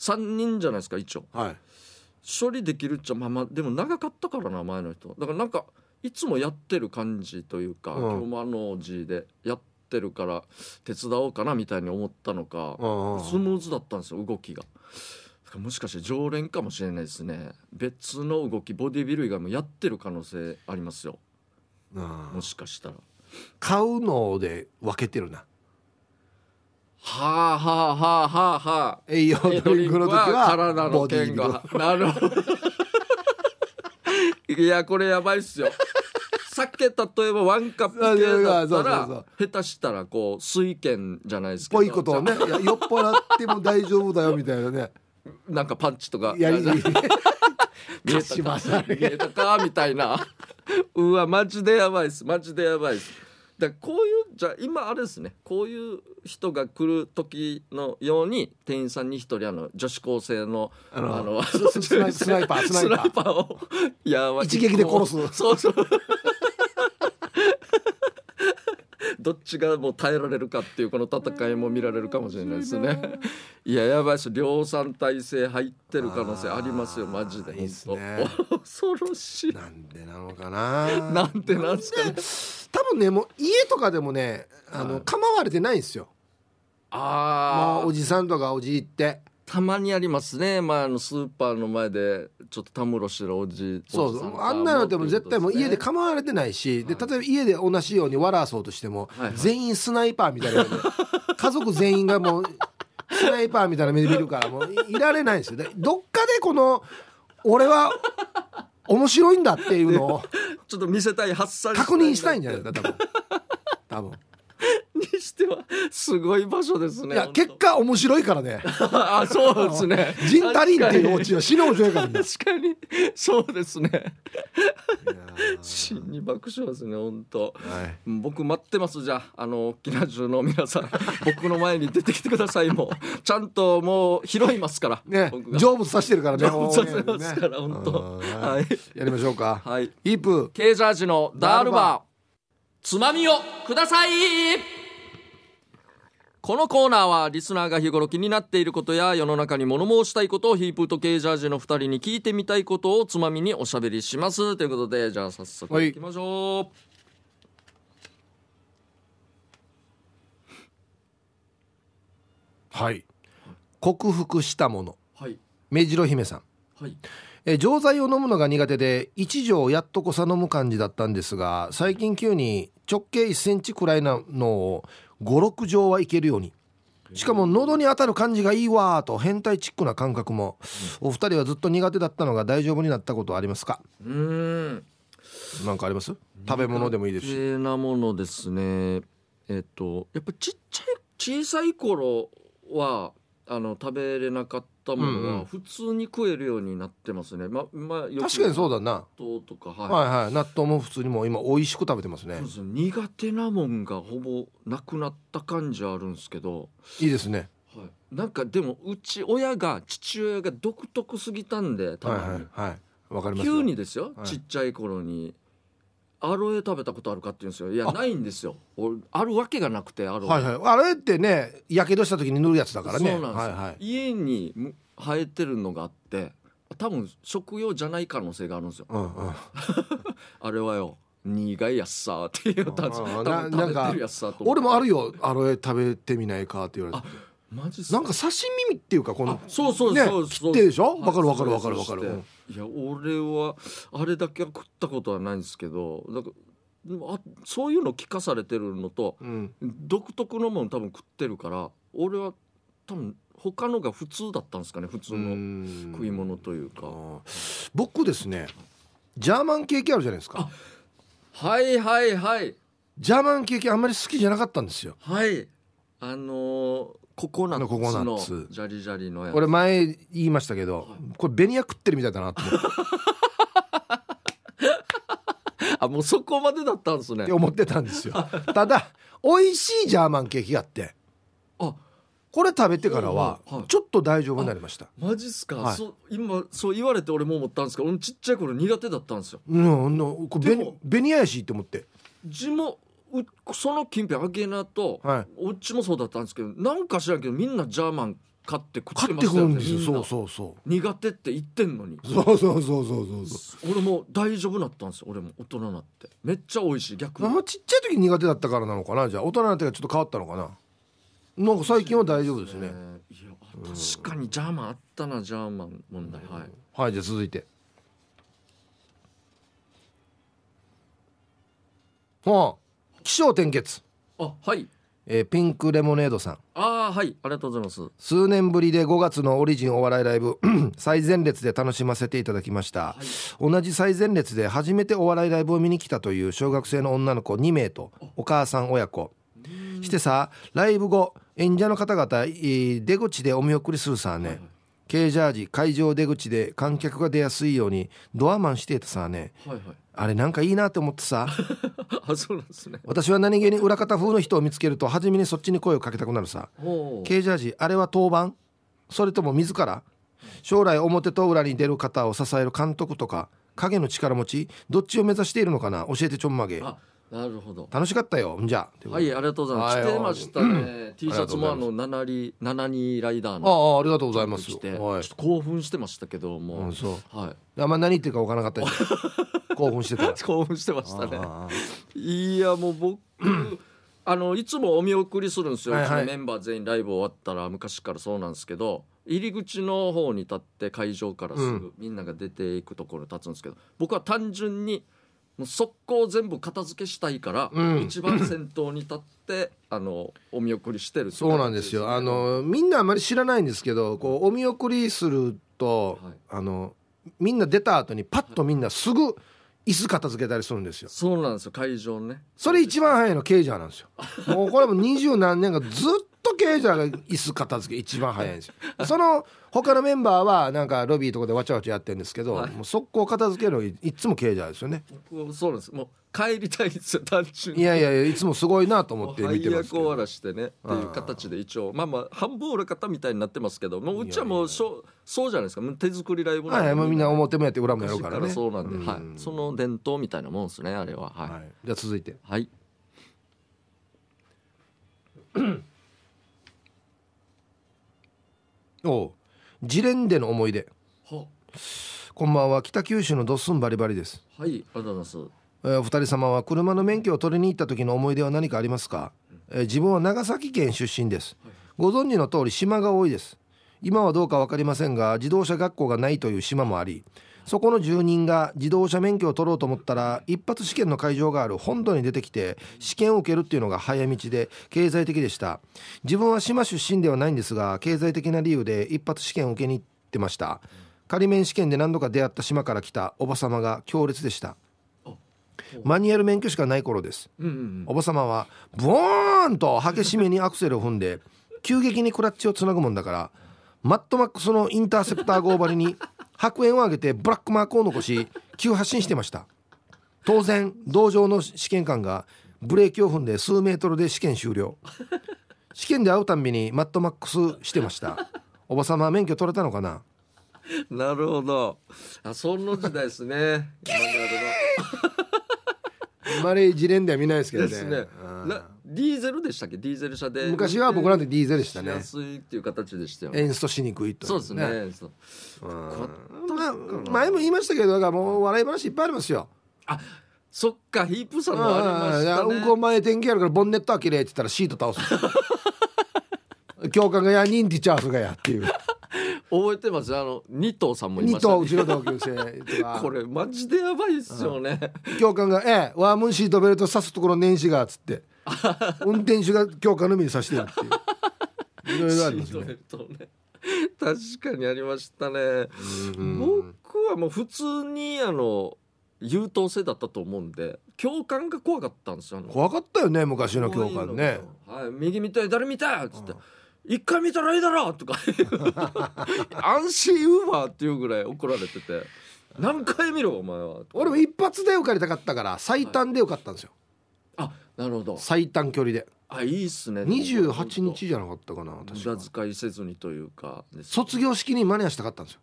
Speaker 1: 3人じゃないですか一応
Speaker 2: はい
Speaker 1: 処理できるっちゃまあまあでも長かったからな前の人だからなんかいつもやってる感じというか、
Speaker 2: うん
Speaker 1: 今日もあの字でやってるから手伝おうかなみたいに思ったのか、
Speaker 2: うんうん
Speaker 1: スムーズだったんですよ動きがだからもしかして常連かもしれないですね別の動きボディビル以外もやってる可能性ありますよ
Speaker 2: うん
Speaker 1: もしかしたらは
Speaker 2: 買うので分けてるな
Speaker 1: あはあはあはあはあ
Speaker 2: 栄養
Speaker 1: え
Speaker 2: ドリンクの時は
Speaker 1: 体の
Speaker 2: ボデ
Speaker 1: 剣
Speaker 2: ィビル
Speaker 1: がなるほど いやこれやばいっすよ酒例えばワンカップ系だった
Speaker 2: そうそう
Speaker 1: ら下手したらこう水拳じゃないですけど
Speaker 2: ぽいことをねいや酔っ払っても大丈夫だよみたい なね
Speaker 1: なんかパンチとか
Speaker 2: やり
Speaker 1: 見え
Speaker 2: しま
Speaker 1: た
Speaker 2: さ
Speaker 1: か見えたかみたいなうわマジでやばいですマジでやばいですだからこういうじゃあ今あれですねこういう人が来る時のように店員さんに一人あの女子高生の
Speaker 2: あの
Speaker 1: ス
Speaker 2: スナイスナイパ ースナイパー
Speaker 1: をやばい
Speaker 2: 一撃で殺す
Speaker 1: そうそう どっちがもう耐えられるかっていうこの戦いも見られるかもしれないですね。いややばいです量産体制入ってる可能性ありますよ
Speaker 2: あー
Speaker 1: マジで
Speaker 2: いいっす
Speaker 1: 本
Speaker 2: ね
Speaker 1: 当 恐ろしい
Speaker 2: なんでなのかな
Speaker 1: なんてなんですかね
Speaker 2: で多分ねもう家とかでもねあの、
Speaker 1: はい
Speaker 2: 構われてないんですよま
Speaker 1: あ
Speaker 2: あ
Speaker 1: ー
Speaker 2: おじさんとかおじいって
Speaker 1: たまにありますねまああのスーパーの前でちょっとたむろしてるおじ
Speaker 2: そう
Speaker 1: おじ
Speaker 2: そ
Speaker 1: さ
Speaker 2: うん
Speaker 1: が
Speaker 2: あんなのでも絶対もう家で
Speaker 1: とい
Speaker 2: 構われてないし、
Speaker 1: は
Speaker 2: で
Speaker 1: い
Speaker 2: 例えば家で同じように笑わそうとしても、
Speaker 1: はいはい
Speaker 2: 全員スナイパーみた いな家族全員がもうスナイパーみたいな目で見るからもういられないんですよでどっかでこの俺は面白いんだってい うのを
Speaker 1: うことですねちょっと見せたい発散
Speaker 2: 確認したいんじゃない
Speaker 1: い
Speaker 2: ですか多分多分
Speaker 1: にしては すごい場所です ね
Speaker 2: いや
Speaker 1: 本当
Speaker 2: 結果面白いからね
Speaker 1: あそうです ね
Speaker 2: ジンタリンっていうオ
Speaker 1: ち
Speaker 2: チは死の面白いからね
Speaker 1: 確かにそうですね
Speaker 2: い
Speaker 1: 真に爆笑ですね本当
Speaker 2: やーはい
Speaker 1: 僕待ってますじゃああの沖縄中の皆さん 僕の前に出てきてくださいもうちゃんともう拾いますから
Speaker 2: ね
Speaker 1: 僕、が
Speaker 2: 成仏させてるからね。
Speaker 1: 成仏させますから
Speaker 2: オンエアでね
Speaker 1: 本当
Speaker 2: うん
Speaker 1: はい
Speaker 2: やりましょうか。
Speaker 1: はい
Speaker 2: イープ。
Speaker 1: ケージャージのダール
Speaker 2: ダール
Speaker 1: バーつまみをくださいこのコーナーはリスナーが日頃気になっていることや世の中に物申したいことをヒープーとケージャージの2人に聞いてみたいことをつまみにおしゃべりしますということでじゃあ早速
Speaker 2: はい
Speaker 1: いきましょう、
Speaker 2: はい。克服したもの。
Speaker 1: はい
Speaker 2: 目白姫さん。
Speaker 1: はい
Speaker 2: えー錠剤を飲むのが苦手で一錠やっとこさ飲む感じだったんですが最近急に直径1センチくらいなのを56錠はいけるようにしかも喉に当たる感じがいいわーと変態チックな感覚もお二人はずっと苦手だったのが大丈夫になったことはありますか
Speaker 1: うーん
Speaker 2: なんかあります食べ物でもいいですし
Speaker 1: 苦手なものですねえっとやっぱちっちゃい小さい頃はあの食べれなかったも
Speaker 2: う
Speaker 1: の
Speaker 2: んう
Speaker 1: は
Speaker 2: ん
Speaker 1: 普通に食えるようになってますね、ままあよく
Speaker 2: 確かにそうだな
Speaker 1: 納豆とかはい、
Speaker 2: はいはい納豆も普通にもう今美味しく食べてますね
Speaker 1: そうですね苦手なもんがほぼなくなった感じあるんですけど、
Speaker 2: いいですね
Speaker 1: はい、なんかでもうち親が父親が独特すぎたんで多
Speaker 2: はい
Speaker 1: 分、
Speaker 2: はいはいわかりますよ
Speaker 1: 急にですよ、
Speaker 2: はい
Speaker 1: ちっちゃい頃にアロエ食べたことあるかって言うんですよい
Speaker 2: あ
Speaker 1: やないんですよ俺あるわけがなくてアロエ、
Speaker 2: はいはいあれってねやけどした時に塗るやつだからね
Speaker 1: そうなんです
Speaker 2: は
Speaker 1: よ
Speaker 2: いはい
Speaker 1: 家にむ生えてるのがあって多分食用じゃない可能性があるんですよ
Speaker 2: うんうん
Speaker 1: あれはよ苦いやっさーって言ったんですよ
Speaker 2: あー
Speaker 1: 多
Speaker 2: な
Speaker 1: 分食べ
Speaker 2: なん
Speaker 1: て
Speaker 2: か
Speaker 1: るやっさーと思って
Speaker 2: 俺もあるよアロエ食べてみないかって言われて
Speaker 1: マジっす
Speaker 2: なんか刺身っていうかこ
Speaker 1: あ
Speaker 2: の
Speaker 1: そうそう
Speaker 2: ね
Speaker 1: そうそう、
Speaker 2: 切ってでしょ
Speaker 1: はい
Speaker 2: わかるわかるわかるわか
Speaker 1: そ
Speaker 2: る
Speaker 1: うですいや俺はあれだけは食ったことはないんですけどなんかでもあそういうの聞かされてるのと
Speaker 2: うん
Speaker 1: 独特のもの多分食ってるから俺は多分他のが普通だったんですかね普通の食い物というか、
Speaker 2: うん僕ですねジャーマンケーキあるじゃないですか
Speaker 1: はいはいはい
Speaker 2: ジャーマンケーキあんまり好きじゃなかったんですよ
Speaker 1: はいあのーココナ
Speaker 2: ココナ
Speaker 1: ッ
Speaker 2: ッ
Speaker 1: ツの
Speaker 2: ツ
Speaker 1: ジャリジャリのやつ
Speaker 2: 俺前言いましたけど
Speaker 1: は
Speaker 2: これベニヤ食ってるみたいだなと思って
Speaker 1: あもうそこまでだったんです ね
Speaker 2: て思ってたんですよただ美味しいジャーマンケーキがあって
Speaker 1: あ
Speaker 2: これ食べてからは
Speaker 1: はいはい
Speaker 2: ちょっと大丈夫になりました
Speaker 1: マジっすか、
Speaker 2: はい
Speaker 1: そう今そう言われて俺も思ったんですけど俺ちっちゃい頃苦手だったんですよ
Speaker 2: うん、あのこれ
Speaker 1: で
Speaker 2: ベ
Speaker 1: も
Speaker 2: ベニヤヤシって思って
Speaker 1: 地もうその近辺アゲナと、
Speaker 2: はい
Speaker 1: おうちもそうだったんですけどなんか知らんけどみんなジャーマン買って食っ
Speaker 2: 買
Speaker 1: て
Speaker 2: っ
Speaker 1: ま
Speaker 2: て
Speaker 1: し
Speaker 2: く
Speaker 1: たよ
Speaker 2: るん
Speaker 1: ね
Speaker 2: ですよ
Speaker 1: みん
Speaker 2: そ
Speaker 1: な
Speaker 2: うそうそう
Speaker 1: 苦手って言ってんのに
Speaker 2: そうそうそうそうそうそ
Speaker 1: 俺も大丈夫なったんですよ俺も大人になってめっちゃ美味しい逆
Speaker 2: うあ
Speaker 1: に
Speaker 2: んまちっちゃい時苦手だったからなのかなじゃあ大人になってからちょっと変わったのかななんか最近は大丈夫ですね
Speaker 1: いや確かにジャーマンあったなジャーマン問題はい
Speaker 2: はいじゃあ続いてはあ気象転結、
Speaker 1: あはい
Speaker 2: えーピンクレモネードさん
Speaker 1: あーはいありがとうございますは
Speaker 2: 数年ぶりで5月のオリジンお笑いライブ 最前列で楽しませていただきました、
Speaker 1: い
Speaker 2: 同じ最前列で初めてお笑いライブを見に来たという小学生の女の子2名とお母さん親子してさライブ後演者の方々えー出口でお見送りするさあね、軽ジャージ会場出口で観客が出やすいようにドアマンしてたさあね
Speaker 1: はいはい
Speaker 2: あれなんかいいなって思ってさ
Speaker 1: あそうなんですね
Speaker 2: 私は何気に裏方風の人を見つけると初めにそっちに声をかけたくなるさ
Speaker 1: おー
Speaker 2: 軽ジャージあれは当番それとも自ら将来表と裏に出る方を支える監督とか影の力持ちどっちを目指しているのかな教えてちょんまげ
Speaker 1: あなるほど
Speaker 2: 楽しかったよんじゃ
Speaker 1: は
Speaker 2: あ
Speaker 1: いありがとうございます
Speaker 2: はい
Speaker 1: 着てましたね T シャツもあ
Speaker 2: ありがと
Speaker 1: の7里7人ライダーの
Speaker 2: あありがとうございます
Speaker 1: 着てちょ
Speaker 2: は
Speaker 1: っ
Speaker 2: い
Speaker 1: と興奮してましたけど
Speaker 2: う
Speaker 1: も
Speaker 2: んそう
Speaker 1: は
Speaker 2: あんま何言ってるか分からなかっ たです 興奮してたら
Speaker 1: い興奮してましたね
Speaker 2: ああ
Speaker 1: いやもう 僕あのいつもお見送りするんですよ、
Speaker 2: はいはいう
Speaker 1: ちのメンバー全員ライブ終わったら昔からそうなんですけど入り口の方に立って会場からす
Speaker 2: う
Speaker 1: ぐみんなが出ていくところに立つんですけど、僕は単純にもう速攻全部片付けしたいから、
Speaker 2: うん
Speaker 1: 一番先頭に立 ってあのお見送りしてるって
Speaker 2: そうなんですよ。あ
Speaker 1: 感じ
Speaker 2: のみんなあまり知らないんですけど、こうお見送りすると、
Speaker 1: はい
Speaker 2: あのみんな出た後にパッとみんなすぐ椅子片付けたりするんですよ。
Speaker 1: そうなんですよ会場ね
Speaker 2: それ一番早いのケイジャーなんですよ。もうこれも二十何年がずっとケイジャーが椅子片付け一番早いんですよ。その他のメンバーはなんかロビーとかでわちゃわちゃやってるんですけど、
Speaker 1: はい
Speaker 2: もう速攻片付けるのいいつもケイジャーですよね。
Speaker 1: 僕はそうなんですもう帰りたいんですよ単純
Speaker 2: い
Speaker 1: に
Speaker 2: やいやいやいつもすごいなと思
Speaker 1: も
Speaker 2: っ
Speaker 1: う
Speaker 2: て見てますけ
Speaker 1: 配役終わ
Speaker 2: ど。
Speaker 1: らしてねっていう形で一応まあまあ半分裏方みたいになってますけどもううちはもうしょそうじゃないですかもう手作りライブん
Speaker 2: は
Speaker 1: で
Speaker 2: い、もうみんな表もやって裏もやる
Speaker 1: 昔
Speaker 2: か
Speaker 1: からら
Speaker 2: ね。
Speaker 1: そうなんで、
Speaker 2: うん
Speaker 1: はい、その伝統みたいなもんですねあれははい、
Speaker 2: は
Speaker 1: はい
Speaker 2: い、じゃあ続いて。おうジレンデの思い出
Speaker 1: は
Speaker 2: こんばんは北九州のドッスンバリバリです、
Speaker 1: はいありがとうございます
Speaker 2: えーお二人様は車の免許を取りに行った時の思い出は何かありますか、えー自分は長崎県出身ですご存知の通り島が多いです今はどうか分かりませんが自動車学校がないという島もありそこの住人が自動車免許を取ろうと思ったら一発試験の会場がある本土に出てきて試験を受けるっていうのが早道で経済的でした自分は島出身ではないんですが経済的な理由で一発試験を受けに行ってました仮免試験で何度か出会った島から来たおば様が強烈でしたマニュアル免許しかない頃です
Speaker 1: うんうん
Speaker 2: おば様はブーンと激しめにアクセルを踏んで急激にクラッチをつなぐもんだからマットマックスのインターセプター号張りに白煙を上げてブラックマークを残し急発進してました当然同乗の試験官がブレーキを踏んで数メートルで試験終了試験で会うたんびにマットマックスしてましたおば様は免許取れたのかな
Speaker 1: うんなるほどあその時代です ねマニュアルの
Speaker 2: マレージレンでは見ないですけど
Speaker 1: で
Speaker 2: ね
Speaker 1: すね
Speaker 2: うん
Speaker 1: なディーゼルでしたっけディーゼル車で
Speaker 2: 昔は僕ら
Speaker 1: で
Speaker 2: でディーゼルでした
Speaker 1: しや
Speaker 2: ね
Speaker 1: すいっていう形でしたよね
Speaker 2: 演出しにくいとい
Speaker 1: そうですねそう
Speaker 2: うん
Speaker 1: こ
Speaker 2: まあ前も言いましたけどだからもう笑い話いっぱいありますよ
Speaker 1: あそっかヒープさん
Speaker 2: うん
Speaker 1: もありま
Speaker 2: いやうん
Speaker 1: した
Speaker 2: こ
Speaker 1: ね
Speaker 2: 前天気やるからボンネット開けれって言ったらシート倒 す教官がやニンティチャースがやっていう
Speaker 1: 覚えてますあの二頭さんもい
Speaker 2: 二
Speaker 1: ました
Speaker 2: 頭
Speaker 1: ね
Speaker 2: うちの同級生とか
Speaker 1: これマジでやばいっすよね
Speaker 2: 教官が「ええワームンシートベルト刺すところ年始が」っつって 運転手が教官の海に刺してるっていういろいろあります
Speaker 1: シートベ
Speaker 2: ね
Speaker 1: ルトね確かにありましたね僕はもう普通にあの優等生だったと思うんで教官が怖かったんですよあの
Speaker 2: 怖かったよね昔の教
Speaker 1: こういう
Speaker 2: 官
Speaker 1: の
Speaker 2: ね
Speaker 1: がはい、右見たい誰見たいっつって、一回見たらいいだろ とか安心ウーバーっていうぐらい怒られてて何回見ろお前は
Speaker 2: 俺も一発で受かりたかったから最短で受かったんですよ、
Speaker 1: あなるほど
Speaker 2: 最短距離で
Speaker 1: あいいっすね
Speaker 2: 28日じゃなかったかな
Speaker 1: 無
Speaker 2: 確
Speaker 1: 駄
Speaker 2: か
Speaker 1: 遣いせずにというかです
Speaker 2: 卒業式に間に合わしたかったんですよ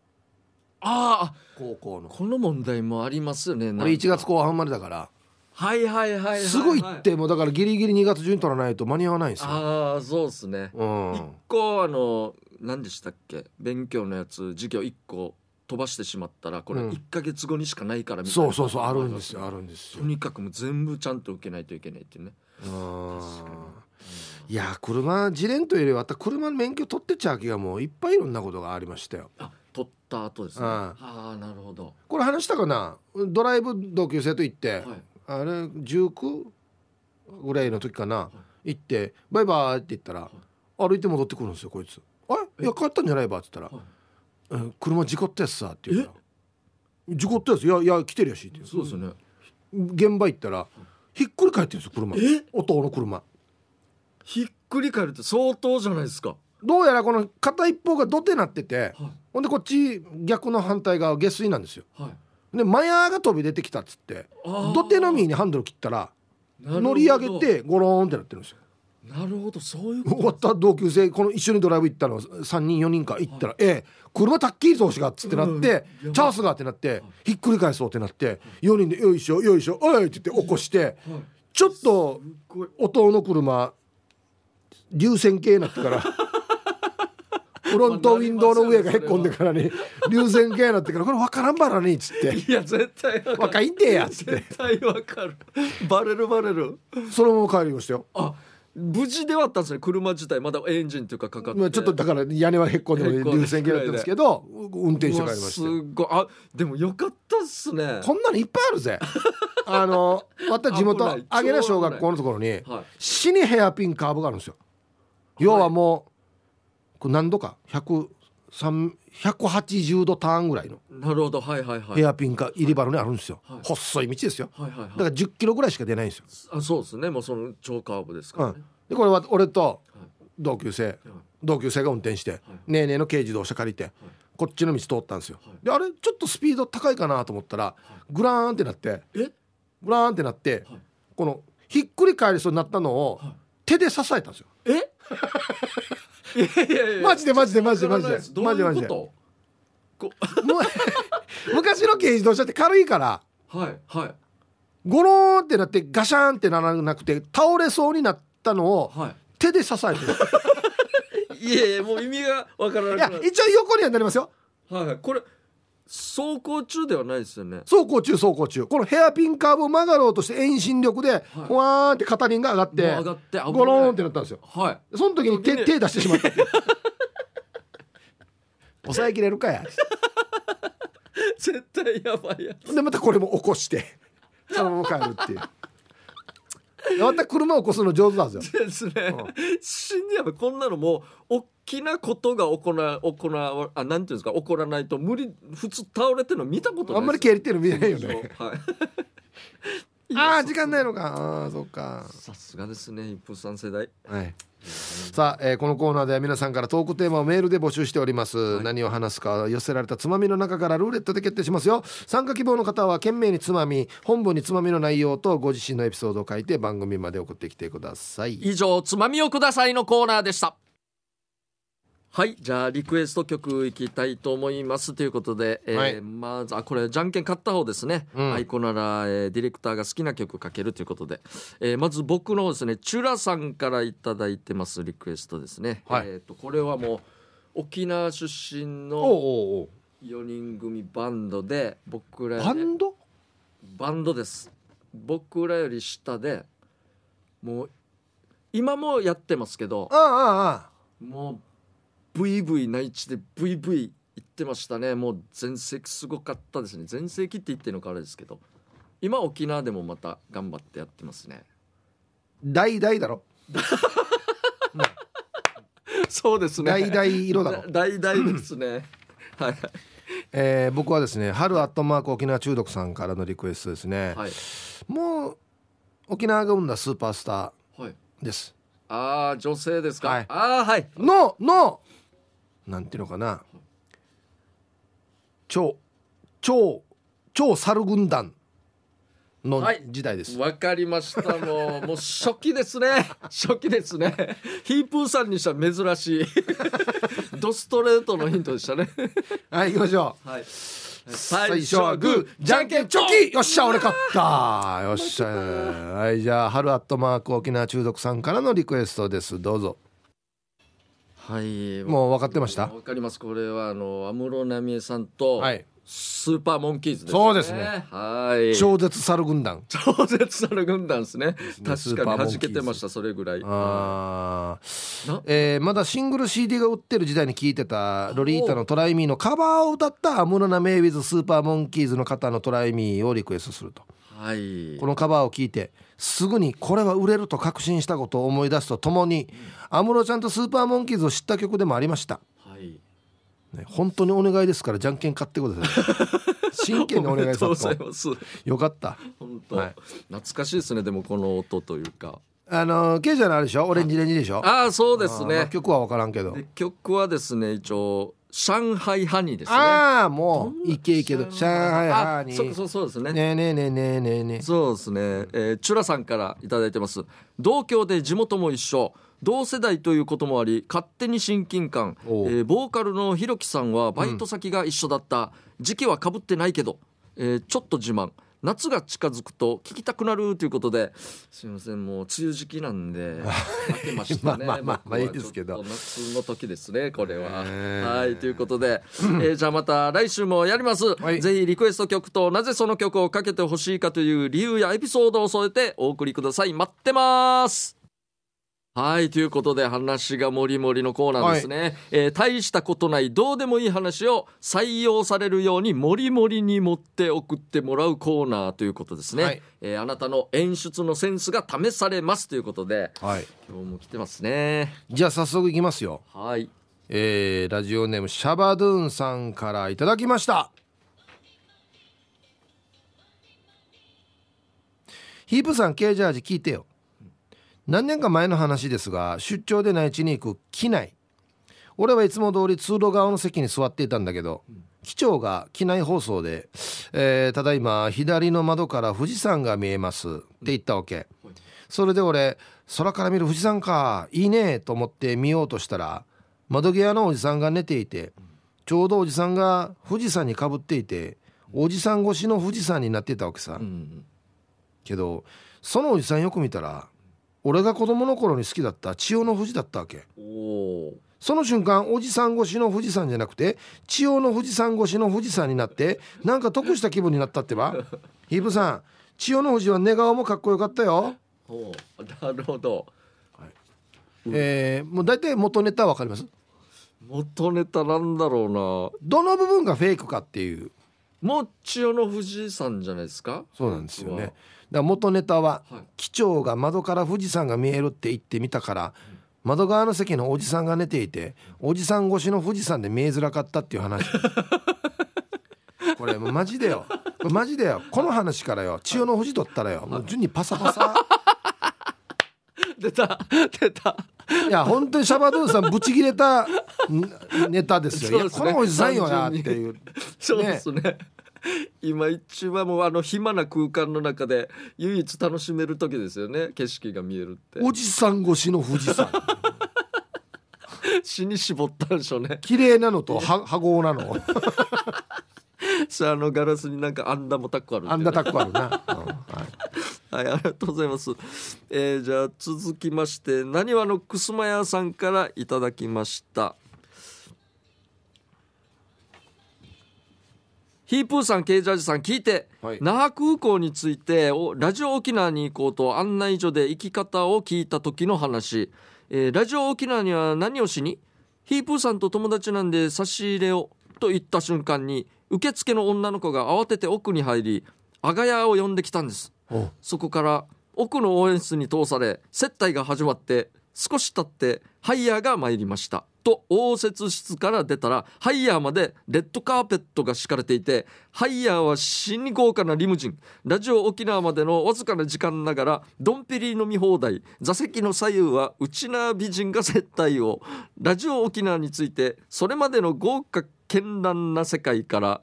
Speaker 1: ああ
Speaker 2: 高校の
Speaker 1: この問題もありますよねなんか
Speaker 2: 俺1月後半までだから
Speaker 1: はいはいはいは
Speaker 2: すごいってもうだからギリギリ2月中に取らないと間に合わないんですよ
Speaker 1: ああそうっすね
Speaker 2: うん
Speaker 1: 一個あの何でしたっけ勉強のやつ授業一個飛ばしてしまったらこれ
Speaker 2: うん
Speaker 1: 一ヶ月後にしかないからみたいな、
Speaker 2: そうそうそうあるんですよあるんです
Speaker 1: と
Speaker 2: よ
Speaker 1: にかくもう全部ちゃんと受けないといけないっていうね
Speaker 2: うん
Speaker 1: 確かに
Speaker 2: いや車自連というよりはた車の免許取ってっちゃう気がもういっぱいいろんなことがありましたよ
Speaker 1: あ取った後ですね
Speaker 2: うん
Speaker 1: ああなるほど
Speaker 2: これ話したかなドライブ同級生と行って、
Speaker 1: はい
Speaker 2: あれ19ぐらいの時かな行って「バイバイ」って言ったら歩いて戻ってくるんですよこいつ「あれいや帰ったんじゃないば」って言ったら
Speaker 1: はい
Speaker 2: 「うん車事故ったやつさ」って言うから「事故ったやついやいや来てるやし」って言う
Speaker 1: そうですよね
Speaker 2: 現場行ったらひっくり返ってるんですよ車
Speaker 1: え
Speaker 2: 男の車
Speaker 1: ひっくり返るって相当じゃないですか
Speaker 2: どうやらこの片一方が土手なってて
Speaker 1: は
Speaker 2: ほんでこっち逆の反対側下水なんですよ
Speaker 1: いはい
Speaker 2: でマヤーが飛び出てきたっつって
Speaker 1: あー
Speaker 2: 土手のみにハンドル切ったら
Speaker 1: なるほど
Speaker 2: 乗り上げてゴローンってなってるんですよ
Speaker 1: なるほどそういう
Speaker 2: 終わ
Speaker 1: こ
Speaker 2: った同級生この一緒にドライブ行ったの3人4人か行ったら「ええ車たっきり通しが」っつってなって、
Speaker 1: うん
Speaker 2: チャンスがってなってひっくり返そうってなって4人で「よいしょよいしょおい!」って言って起こして
Speaker 1: とはい
Speaker 2: ちょっと
Speaker 1: すっごい
Speaker 2: 弟の車流線形になってから フロントウィンドウの上がへっこんでからに流線形になってから「これ分からんばらに」っつって
Speaker 1: いや絶対
Speaker 2: 「若いんでや」っつって
Speaker 1: 絶対わかるバレるバレる
Speaker 2: そのまま帰りましたよ。
Speaker 1: あ無事ではあったんですね車自体まだエンジンというかかかって
Speaker 2: まあちょっとだから屋根はへっこんで
Speaker 1: へっこんで
Speaker 2: 流線形だったんですけど運転して帰りま
Speaker 1: うわ
Speaker 2: した
Speaker 1: す
Speaker 2: よ
Speaker 1: ごいあでもよかったっすね
Speaker 2: こんなのいっぱいあ るぜ。あの、また地元、
Speaker 1: 危ない
Speaker 2: あげな小学校のところに、
Speaker 1: はい
Speaker 2: 死にヘアピンカーブがあるんですよ。要はもう、これ何度か、100、3 180度ターンぐらいの
Speaker 1: なるほどはいはいはい
Speaker 2: ヘアピンカー入り場にあるんですよ、
Speaker 1: はい
Speaker 2: 細い道ですよ
Speaker 1: はいはい
Speaker 2: だか
Speaker 1: は
Speaker 2: ら
Speaker 1: い
Speaker 2: 10キロぐらいしか出ないんですよ、
Speaker 1: あそうですねもうその超カーブです
Speaker 2: う
Speaker 1: からね
Speaker 2: ん、でこれは俺と同級生同級生が運転して、ねえねえの軽自動車借りて、こっちの道通ったんですよ、であれちょっとスピード高いかなと思ったら、グラーンってなって
Speaker 1: え
Speaker 2: ブラーンってなって、
Speaker 1: はい
Speaker 2: このひっくり返りそうになったのを、
Speaker 1: はい
Speaker 2: 手で支えたんですよ
Speaker 1: えいやいやいや
Speaker 2: マジでマジでマジでマジ
Speaker 1: わか
Speaker 2: で
Speaker 1: らないすどういう
Speaker 2: マジ
Speaker 1: こ
Speaker 2: で
Speaker 1: と
Speaker 2: もう昔の軽自動車って軽いから
Speaker 1: はいはい
Speaker 2: ゴローンってなってガシャーンってならなくて倒れそうになったのを、
Speaker 1: は
Speaker 2: 手で支えてる
Speaker 1: いいやいやもう意味がわから
Speaker 2: い
Speaker 1: な
Speaker 2: や
Speaker 1: くなる
Speaker 2: 一応横にはなりますよ
Speaker 1: はいはいこれ走行中ではないですよね
Speaker 2: 走行中走行中このヘアピンカーブを曲がろうとして遠心力で、ふわーんって片輪が上がって
Speaker 1: もう上がって危ない
Speaker 2: ゴローンってなったんですよ
Speaker 1: はい
Speaker 2: その時に手
Speaker 1: ね
Speaker 2: 手出してしまったっていう抑えきれるかや
Speaker 1: 絶対やばいや
Speaker 2: でまたこれも起こしてそのまま帰るっていうまた車を起こすの上手なんですよ
Speaker 1: つですね、死んでやばいこんなのもう大きなことが行な行わあなんていうんですか起こらないと無理普通倒れてるの見たことないで
Speaker 2: あ
Speaker 1: す
Speaker 2: んまり経理っていうの見えないよね
Speaker 1: はいいや
Speaker 2: ああ時間ないのかああーそっか
Speaker 1: さすがですね一夫さん世代
Speaker 2: はいさあ、えーこのコーナーでは皆さんからトークテーマをメールで募集しております、何を話すか寄せられたつまみの中からルーレットで決定しますよ参加希望の方は懸命につまみ本文につまみの内容とご自身のエピソードを書いて番組まで送ってきてください
Speaker 1: 以上つまみをくださいのコーナーでしたはいじゃあリクエスト曲いきたいと思いますということで、えー
Speaker 2: はい
Speaker 1: まずあこれじゃんけん勝った方ですね、
Speaker 2: うん
Speaker 1: アイコなら、えーディレクターが好きな曲かけるということで、えーまず僕の方ですねチュラさんからいただいてますリクエストですね、
Speaker 2: はい
Speaker 1: えー、とこれはもう沖縄出身
Speaker 2: おう
Speaker 1: の
Speaker 2: おう
Speaker 1: 4人組バンドで僕らよ
Speaker 2: お
Speaker 1: り
Speaker 2: うバンド
Speaker 1: バンドです僕らより下でもう今もやってますけど
Speaker 2: ああああああ
Speaker 1: もうブイブイ内地でブイブイ言ってましたねもう全盛期すごかったですね全盛期って言ってるのかあれですけど今沖縄でもまた頑張ってやってますね
Speaker 2: 大々だろ
Speaker 1: そうです
Speaker 2: 大々 色だろ
Speaker 1: 大々ですねはい
Speaker 2: えー僕はですね春アットマーク沖縄中毒さんからのリクエストですね、
Speaker 1: はい
Speaker 2: もう沖縄が生んだスーパースタ
Speaker 1: はい
Speaker 2: ーです
Speaker 1: ああ女性ですか、
Speaker 2: はい
Speaker 1: ああはい
Speaker 2: ののなんていうのかな超超超猿軍団の
Speaker 1: はい
Speaker 2: 時代です、
Speaker 1: わかりましたもうもう初期ですね初期ですねヒープーさんにしたら珍しいドストレートのヒントでしたね
Speaker 2: はい行きましょう
Speaker 1: はい
Speaker 2: 最初はグーじゃんけんチョキよっしゃ俺勝ったよっしゃはいじゃあ春アットマーク沖縄中毒さんからのリクエストですどうぞ
Speaker 1: はい
Speaker 2: もう分かってました
Speaker 1: わかりますこれはあの安室奈美恵さんと、
Speaker 2: はい
Speaker 1: スーパーモンキーズです、ね、
Speaker 2: そうですね
Speaker 1: はい
Speaker 2: 超絶猿軍団
Speaker 1: 超絶猿軍団ですね
Speaker 2: ねス
Speaker 1: 確
Speaker 2: ーパ
Speaker 1: か
Speaker 2: ー
Speaker 1: に
Speaker 2: モン
Speaker 1: 弾
Speaker 2: キーズ
Speaker 1: けてましたそれぐらい
Speaker 2: あ
Speaker 1: な
Speaker 2: ーえーまだシングル CD が売ってる時代に聴いてた「ロリータのトライミー」のカバーを歌った「アムロナメイウィズスーパーモンキーズ」の方の「トライミー」をリクエストすると
Speaker 1: はい
Speaker 2: このカバーを聴いてすぐにこれは売れると確信したことを思い出すとともに安室ちゃんとスーパーモンキーズを知った曲でもありました、
Speaker 1: はい
Speaker 2: ね、本当にお願いですからじゃんけん買ってくだ さい真剣にお願い
Speaker 1: ありが
Speaker 2: さ
Speaker 1: とうご
Speaker 2: せ
Speaker 1: ざい
Speaker 2: て
Speaker 1: ます
Speaker 2: よかった
Speaker 1: 本当、
Speaker 2: はい
Speaker 1: 懐かしいですねでもこの音というか
Speaker 2: あのーケイちゃんのあれでしょオレンジレンジでしょ
Speaker 1: ああそうです
Speaker 2: あーま
Speaker 1: ね
Speaker 2: あ曲は分からんけど
Speaker 1: で曲はですね一応上海ハニーですね
Speaker 2: ああもういけいけど上海ハーニ
Speaker 1: あそうそうそうですね
Speaker 2: ねえねえねえねえねえねえ
Speaker 1: そうですね、えー、チュラさんからいただいてます同郷で地元も一緒同世代ということもあり勝手に親近感、え
Speaker 2: おう
Speaker 1: ーボーカルのひろきさんはバイト先が一緒だった、時期はかぶってないけど、えーちょっと自慢夏が近づくと聞きたくなるということですいませんもう梅雨時期なんで 負けましたね
Speaker 2: まあまあま
Speaker 1: 僕は
Speaker 2: あ
Speaker 1: ちょっ
Speaker 2: まあい
Speaker 1: と
Speaker 2: いですけど
Speaker 1: 夏の時ですねこれは、
Speaker 2: へー
Speaker 1: はいということで、えーじゃあまた来週もやります、
Speaker 2: はい
Speaker 1: ぜひリクエスト曲となぜその曲をかけてほしいかという理由やエピソードを添えてお送りください待ってますはいということで話がもりもりのコーナーですね、えー大したことないどうでもいい話を採用されるようにもりもりに持って送ってもらうコーナーということですね、
Speaker 2: はい
Speaker 1: えーあなたの演出のセンスが試されますということで
Speaker 2: はい
Speaker 1: 今日も来てますね
Speaker 2: じゃあ早速いきますよ
Speaker 1: はい
Speaker 2: えーラジオネームシャバドゥーンさんからいただきましたヒープさんケージャージ聞いてよ何年か前の話ですが出張で内地に行く機内俺はいつも通り通路側の席に座っていたんだけど機長が機内放送で、えーただいま左の窓から富士山が見えます」って言ったわけ、それで俺空から見る富士山かいいねと思って見ようとしたら窓際のおじさんが寝ていてちょうどおじさんが富士山にかぶっていておじさん越しの富士山になってたわけさ、
Speaker 1: うん
Speaker 2: けどそのおじさんよく見たら俺が子供の頃に好きだった千代の富士だったわけ
Speaker 1: おお
Speaker 2: その瞬間おじさん越しの富士山じゃなくて千代の富士山越しの富士山になってなんか得した気分になったっ てばヒープさん千代の富士は寝顔もかっこよかったよ
Speaker 1: ほうなるほど
Speaker 2: えー、もう大体元ネタは分かります
Speaker 1: 元ネタなんだろ
Speaker 2: どの部分がフェイクかっていう
Speaker 1: うなもう千代の藤井さんじゃないですか
Speaker 2: そうなんですよねだ
Speaker 1: は
Speaker 2: から元ネタは
Speaker 1: はい
Speaker 2: 機長が窓から富士山が見えるって言ってみたから窓側の席のおじさんが寝ていておじさん越しの富士山で見えづらかったってい う話これもうマジでよこれマジでよこの話からよ千代の富士取ったらよもう順にパサパサ
Speaker 1: 出た出た
Speaker 2: いや本当にシャバドゥンさんブチ切れたんネタですよい
Speaker 1: そう
Speaker 2: や
Speaker 1: です
Speaker 2: こ
Speaker 1: ね
Speaker 2: のおじさんよなっていう
Speaker 1: そうですね今一番もうあの暇な空間の中で唯一楽しめる時ですよね景色が見えるって
Speaker 2: おじさん越しの富士山
Speaker 1: 死に絞ったんでしょうね
Speaker 2: 綺麗なのと は羽合なの
Speaker 1: さああのガラスになんかあんだもタックあるっていうね
Speaker 2: あんなタックあるな、うんは い
Speaker 1: はい、ありがとうございます。えーじゃあ続きまして、なにわのくすまやさんからいただきました。ヒープーさん、ケイジャージさん、聞いて、
Speaker 2: はい
Speaker 1: 那覇空港についておラジオ沖縄に行こうと案内所で行き方を聞いた時の話、えーラジオ沖縄には何をしにヒープーさんと友達なんで差し入れをと言った瞬間に受付の女の子が慌てて奥に入り阿賀屋を呼んできたんです
Speaker 2: お
Speaker 1: そこから奥の応援室に通され接待が始まって少し経ってハイヤーが参りましたと応接室から出たらハイヤーまでレッドカーペットが敷かれていてハイヤーは死に豪華なリムジンラジオ沖縄までのわずかな時間ながらドンピリ飲み放題座席の左右はウチナー美人が接待をラジオ沖縄についてそれまでの豪華絢爛な世界から、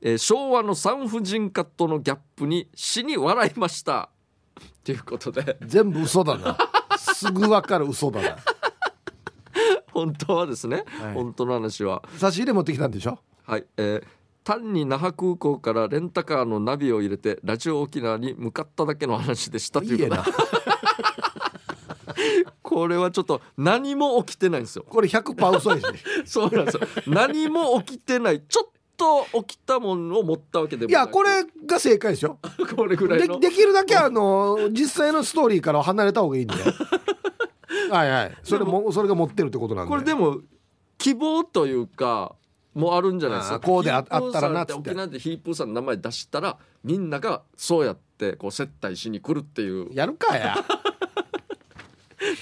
Speaker 1: えー昭和の産婦人科とのギャップに死に笑いました。 ということで
Speaker 2: 全部嘘だなすぐ分かる嘘だな
Speaker 1: 本当はですね、
Speaker 2: はい
Speaker 1: 本当の話は
Speaker 2: 差し入れ持ってきたんでしょ
Speaker 1: はい、えー単に那覇空港からレンタカーのナビを入れてラジオ沖縄に向かっただけの話でしたと
Speaker 2: い
Speaker 1: い
Speaker 2: いうえ
Speaker 1: こと
Speaker 2: な
Speaker 1: でこれはちょっと何も起きてないん ですよ
Speaker 2: これ100%嘘やし
Speaker 1: そう なんですよ何も起きてないちょっと起きたものを持ったわけでも
Speaker 2: い
Speaker 1: なく
Speaker 2: やこれが正解でしょ
Speaker 1: これぐらい
Speaker 2: で
Speaker 1: の
Speaker 2: できるだけあの実際のストーリーから離れた方がいいんだよはいはいそれもそれが持ってるってことなんで
Speaker 1: これでも希望というかもあるんじゃないです
Speaker 2: あ
Speaker 1: か
Speaker 2: ーこうであ
Speaker 1: ヒープーさん
Speaker 2: あったらなっつって
Speaker 1: 沖縄でヒープーさんの名前出したらみんながそうやってこう接待しに来るっていう
Speaker 2: やるかや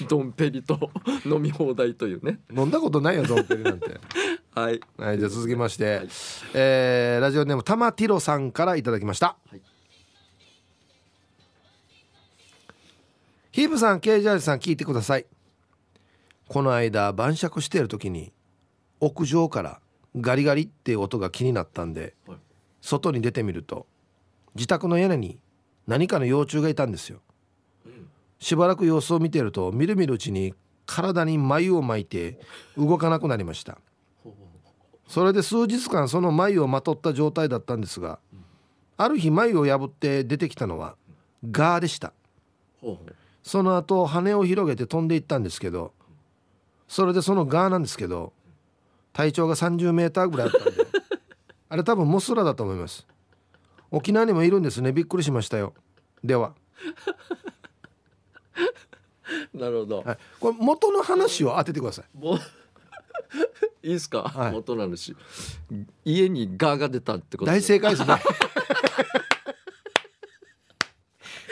Speaker 1: ドンペリと 飲み放題というね
Speaker 2: 飲んだことないよドンペリなんて
Speaker 1: はい
Speaker 2: はいじゃあ続きまして、えーラジオネームたまティロさんからいただきました、
Speaker 1: はい
Speaker 2: ヒープさんケージャージさん聞いてくださいこの間晩酌している時に屋上からガリガリっていう音が気になったんで
Speaker 1: はい
Speaker 2: 外に出てみると自宅の屋根に何かの幼虫がいたんですよしばらく様子を見ているとみるみるうちに体に繭を巻いて動かなくなりましたそれで数日間その繭をまとった状態だったんですがある日繭を破って出てきたのはガーでした
Speaker 1: ほうほう
Speaker 2: その後羽を広げて飛んでいったんですけどそれでそのガーなんですけど体長が30メーターぐらいあったんで あれ多分モスラだと思います沖縄にもいるんですねびっくりしましたよでは、
Speaker 1: なるほど
Speaker 2: はい、これ元の話を当ててください
Speaker 1: もう いいですか、
Speaker 2: はい
Speaker 1: 元なるし家にガーが出たってこと
Speaker 2: 大正解ですね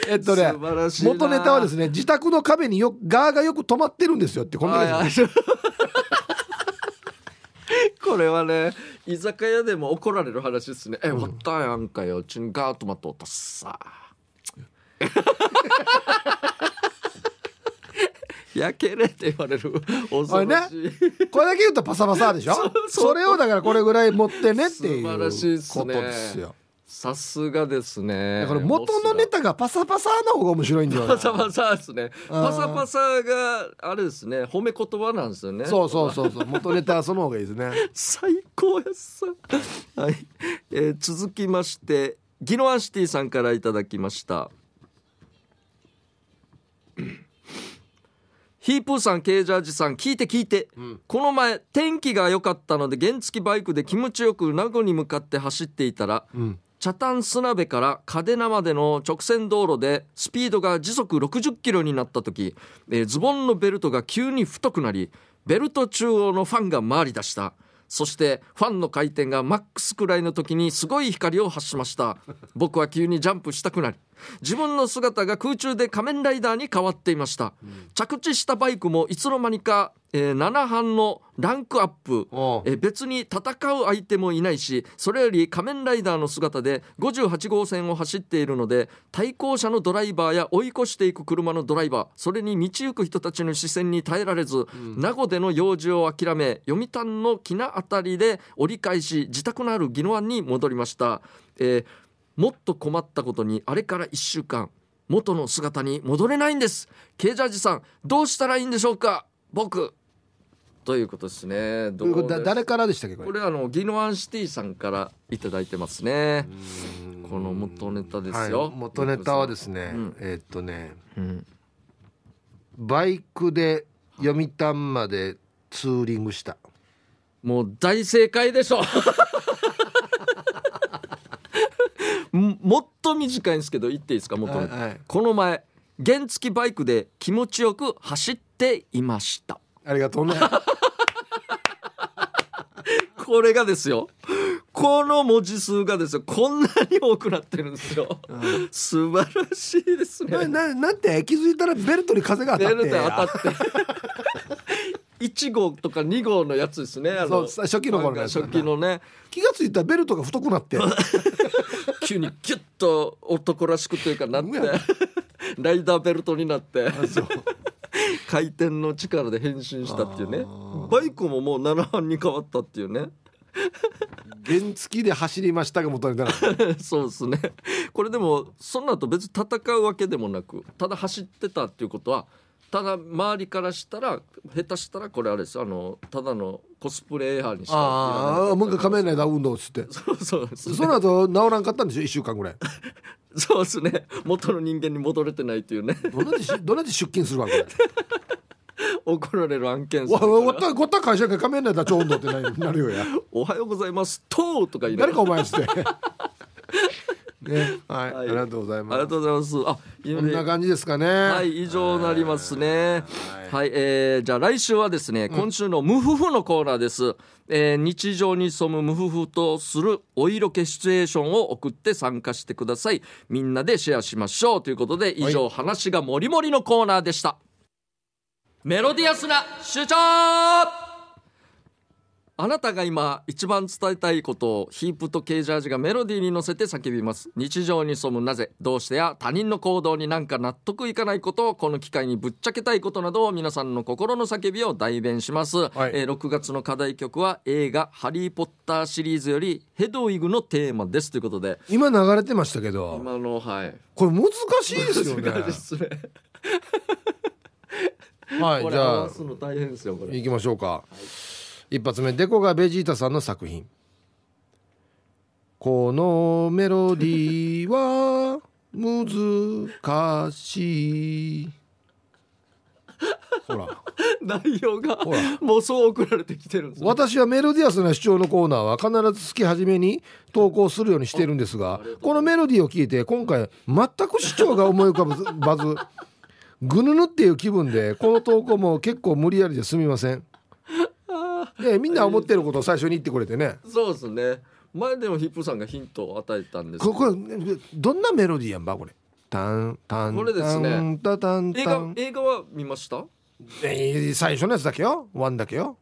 Speaker 2: えっとね
Speaker 1: 素晴らしいな
Speaker 2: 元ネタはですね自宅の壁によくガーがよく止まってるんですよってこんな感
Speaker 1: はい
Speaker 2: じ
Speaker 1: はい これはね居酒屋でも怒られる話ですね「え終わったやんかよチンガートマ トおったっさ」やけれって言われる恐ろしい、
Speaker 2: これだけ言うとパサパサでしょ
Speaker 1: そうそう
Speaker 2: それをだからこれぐらい持ってねっていう
Speaker 1: 素晴
Speaker 2: こ
Speaker 1: らしいっすね
Speaker 2: とですよ
Speaker 1: さすがですね
Speaker 2: だから元のネタがパサパサの方が面白いんだよな
Speaker 1: パサパサですねパサパサがあれですね褒め言葉なんですよね
Speaker 2: そうそうそうそう元ネタはその方がいいですね
Speaker 1: 最高やっさ、はいえー続きましてギノアンシティさんからいただきました ヒープーさんケージャージさん聞いて聞いて、この前天気が良かったので原付バイクで気持ちよく名護に向かって走っていたら、
Speaker 2: ん
Speaker 1: 茶炭砂部から嘉手納までの直線道路でスピードが時速60キロになった時、えーズボンのベルトが急に太くなりベルト中央のファンが回り出したそしてファンの回転がマックスくらいの時にすごい光を発しました僕は急にジャンプしたくなり自分の姿が空中で仮面ライダーに変わっていました、着地したバイクもいつの間にか、えー7班のランクアップ
Speaker 2: おう
Speaker 1: え別に戦う相手もいないしそれより仮面ライダーの姿で58号線を走っているので対向車のドライバーや追い越していく車のドライバーそれに道行く人たちの視線に耐えられず、名護での用事を諦め読谷の木名辺りで折り返し自宅のある宜野湾に戻りました、えーもっと困ったことにあれから1週間元の姿に戻れないんですケージャージさんどうしたらいいんでしょうか僕ということですねどうです
Speaker 2: だ誰からでしたっけこれ
Speaker 1: これあのギノアンシティさんからいただいてますね。この元ネタですよ。
Speaker 2: はい、元ネタはですね、
Speaker 1: うん
Speaker 2: えーっとね
Speaker 1: うん。
Speaker 2: バイクで読谷までツーリングした
Speaker 1: もう大正解でしょ。んもっと短いんですけど言っていいですか元ネタ。
Speaker 2: はいはい
Speaker 1: この前原付バイクで気持ちよく走っていました。
Speaker 2: あり がとうね
Speaker 1: これがですよ。この文字数がですよこんなに多くなってるんですよ。素晴らしいですね。
Speaker 2: なななんて気づいたらベルトに風が当
Speaker 1: ベ
Speaker 2: たって
Speaker 1: ルト当たって1号とか2号のやつですねあ
Speaker 2: そ
Speaker 1: の
Speaker 2: うさ初期の頃のやつだな
Speaker 1: 初期のね
Speaker 2: 気がついたらベルトが太くなって
Speaker 1: 急にギュッと男らしくというかなってライダーベルトになって
Speaker 2: そう
Speaker 1: 回転の力で変身したっていうね
Speaker 2: あー
Speaker 1: バイクももう7班に変わったっていうね
Speaker 2: 原付きで走りましたが元にな らない
Speaker 1: そうですねこれでもその後別に戦うわけでもなくただ走ってたっていうことはただ周りからしたら下手したらこれあれですあのただのコスプレイヤーにしたって言われ
Speaker 2: あ
Speaker 1: た
Speaker 2: あもう一回仮面ライダー運動っつって
Speaker 1: そうそうですね
Speaker 2: その後治らんかったんでしょ1週間ぐらい
Speaker 1: そうですね元の人間に戻れてないっていうね
Speaker 2: どんなでしどんなで出勤するわこれ
Speaker 1: 怒られる案件数
Speaker 2: わわわったごった会社が仮面ライダー超運動ってなるなるよや
Speaker 1: おはようございますとうとか言いなが
Speaker 2: 誰
Speaker 1: ら
Speaker 2: かお前っつって ねはい、
Speaker 1: はい
Speaker 2: ありがとうござい
Speaker 1: あり
Speaker 2: ま
Speaker 1: が
Speaker 2: す
Speaker 1: とうございますあ
Speaker 2: こ
Speaker 1: 夢
Speaker 2: んな感じですかねは
Speaker 1: はい、以上になりますね。
Speaker 2: はい
Speaker 1: はい、えーじゃあ来週はですね、今週の無夫婦のコーナーです。えー日常に潜む無夫婦とするお色気シチュエーションを送って参加してください。みんなでシェアしましょうということで、以上、話がもりもりのコーナーでした。メロディアスな主張あなたが今一番伝えたいことをヒープとケージャージがメロディーに乗せて叫びます日常に潜むなぜどうしてや他人の行動になんか納得いかないことをこの機会にぶっちゃけたいことなどを皆さんの心の叫びを代弁します、
Speaker 2: い
Speaker 1: えー6月の課題曲は映画「ハリー・ポッター」シリーズより「ヘドウィグ」のテーマですということで
Speaker 2: 今流れてましたけど
Speaker 1: 今のはい
Speaker 2: これ難しいですよね
Speaker 1: 難しいですね
Speaker 2: はい
Speaker 1: こ
Speaker 2: じ
Speaker 1: れ
Speaker 2: ゃあ
Speaker 1: 話すの大変ですよこれ
Speaker 2: 行きましょうか、一発目デコがベジータさんの作品このメロディーは難しいほら
Speaker 1: 内容が
Speaker 2: ほら
Speaker 1: もうそう送られてきてるんですよ
Speaker 2: 私はメロディアスな主張のコーナーは必ず月初めに投稿するようにしているんですがこのメロディーを聞いて今回全く主張が思い浮かぶずばず ぐぬぬっていう気分でこの投稿も結構無理やりですみませんいやみんな思ってることを最初に言ってくれてね
Speaker 1: そうですね。前でもヒップさんがヒントを与えたんですけ
Speaker 2: こ
Speaker 1: ど。
Speaker 2: これどんなメロディーやんばこれタンタン
Speaker 1: これですね
Speaker 2: タンタタン
Speaker 1: 映
Speaker 2: タ
Speaker 1: 画
Speaker 2: ン
Speaker 1: 映画は見ました？
Speaker 2: えー最初のやつだけよワンだけよ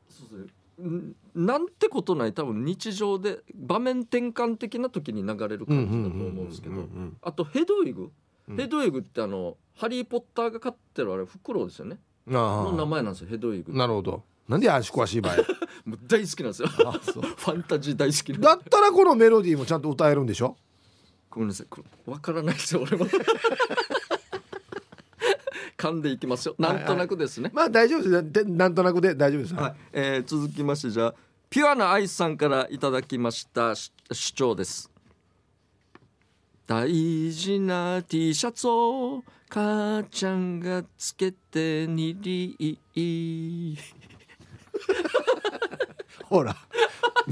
Speaker 1: んなんてことない多分日常で場面転換的な時に流れる
Speaker 2: うんうん
Speaker 1: 感じだと思うんですけど。あとヘドウィグ、
Speaker 2: うん
Speaker 1: ヘドウィグってあのハリーポッターが飼ってるあれフクロウですよね。
Speaker 2: うんうんあ
Speaker 1: の名
Speaker 2: あ
Speaker 1: 前なんですよヘドウィグ。も
Speaker 2: なるほどなんで足詳しい場合
Speaker 1: う大好きなんですよ。
Speaker 2: あそう
Speaker 1: ファンタジー大好きなんで
Speaker 2: だったらこのメロディーもちゃんと歌えるんでしょ
Speaker 1: ごめんなさいこれわからないですよ俺も。噛んでいきますよ。なんとなくですね。
Speaker 2: まあ大丈夫ですでなんとなくで大丈夫です、
Speaker 1: はい、えー続きましてじゃあピュアなアイスさんからいただきましたし主張です大事な T シャツを母ちゃんがつけてにりい
Speaker 2: ほら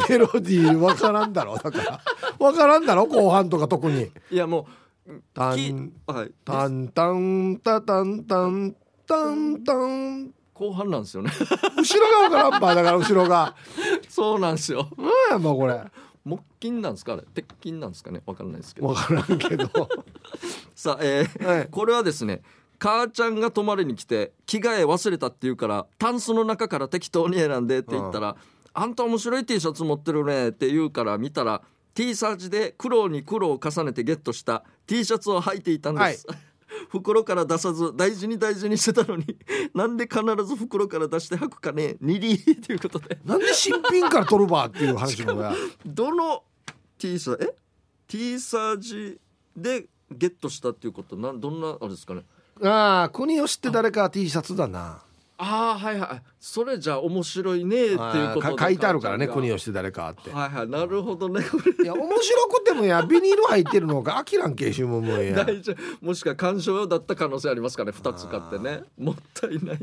Speaker 2: メロディーわからんだろだからわからんだろ後半とか特に
Speaker 1: いやもう
Speaker 2: タ
Speaker 1: き
Speaker 2: ン
Speaker 1: はい、
Speaker 2: タンタンタタンタンタンタン
Speaker 1: 後半なんですよね
Speaker 2: 後ろがわからんばだから後ろが
Speaker 1: そうなんですよ
Speaker 2: なんやんばこれ
Speaker 1: 木金なんですかあれ鉄筋なんですかねわかんないですけど
Speaker 2: わからんけど
Speaker 1: さあ、えー
Speaker 2: はい
Speaker 1: これはですね母ちゃんが泊まりに来て着替え忘れたって言うからタンスの中から適当に選んでって言ったら「あんた面白い T シャツ持ってるね」って言うから見たら T サージで苦労に苦労を重ねてゲットした T シャツを履いていたんです、 袋から出さず大事に大事にしてたのに なんで必ず袋から出して履くかねニリーということで
Speaker 2: なんで新品から取るばっていう話もや
Speaker 1: どの T シャえ T サージでゲットしたっていうことなんどんなあれですかね
Speaker 2: ああ国を知って誰か T シャツだな
Speaker 1: ああはいはいそれじゃ面白いねっていう
Speaker 2: あ
Speaker 1: こ
Speaker 2: ー
Speaker 1: と
Speaker 2: か書いてあるからね国
Speaker 1: は
Speaker 2: を知って誰かって
Speaker 1: はいはいなるほどねこ
Speaker 2: いや面白くても やビニール入ってるのが飽きらんけしももう
Speaker 1: れ
Speaker 2: や
Speaker 1: 大丈夫もしくは鑑賞用だった可能性ありますかね2つ買ってねもったいない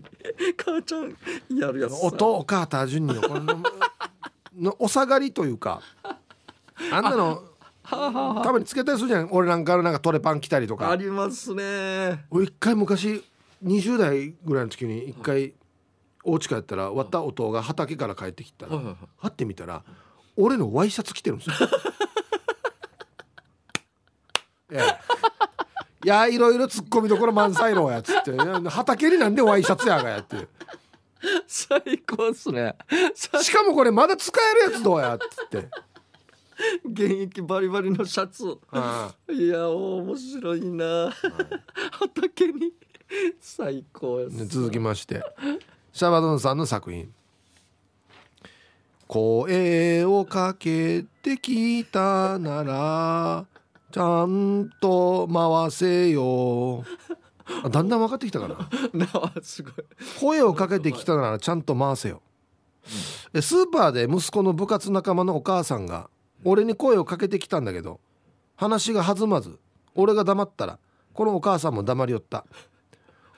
Speaker 1: 母ちゃんやるやつ
Speaker 2: おとお母た順にこののお下がりというかあんなのたまにつけたりするじゃん俺なんかのなんかトレパン着たりと
Speaker 1: あ
Speaker 2: か
Speaker 1: りますね
Speaker 2: 俺一回昔20代ぐらいの時に一回お家帰ったら割ったおとが畑から帰ってきたら
Speaker 1: はいはいは
Speaker 2: 会
Speaker 1: い
Speaker 2: ってみたら俺のワイシャツ着てるんですよ。 ええいやいろいろツッコミどころ満載のやつっていや畑になんでワイシャツやがやって
Speaker 1: そ最高っすねさ
Speaker 2: しかもこれまだ使えるやつどうやっつって、
Speaker 1: 現役バリバリのシャツ
Speaker 2: うん
Speaker 1: いや面白いな畑に最高や
Speaker 2: ね
Speaker 1: す
Speaker 2: 続きましてシャバドゥンさんの作品「声をかけてきたならちゃんと回せよ」あだんだん分かってきたかな
Speaker 1: なあすごい
Speaker 2: 声をかけてきたならちゃんと回せよ、でスーパーで息子の部活仲間のお母さんが俺に声をかけてきたんだけど話が弾まず俺が黙ったらこのお母さんも黙り寄った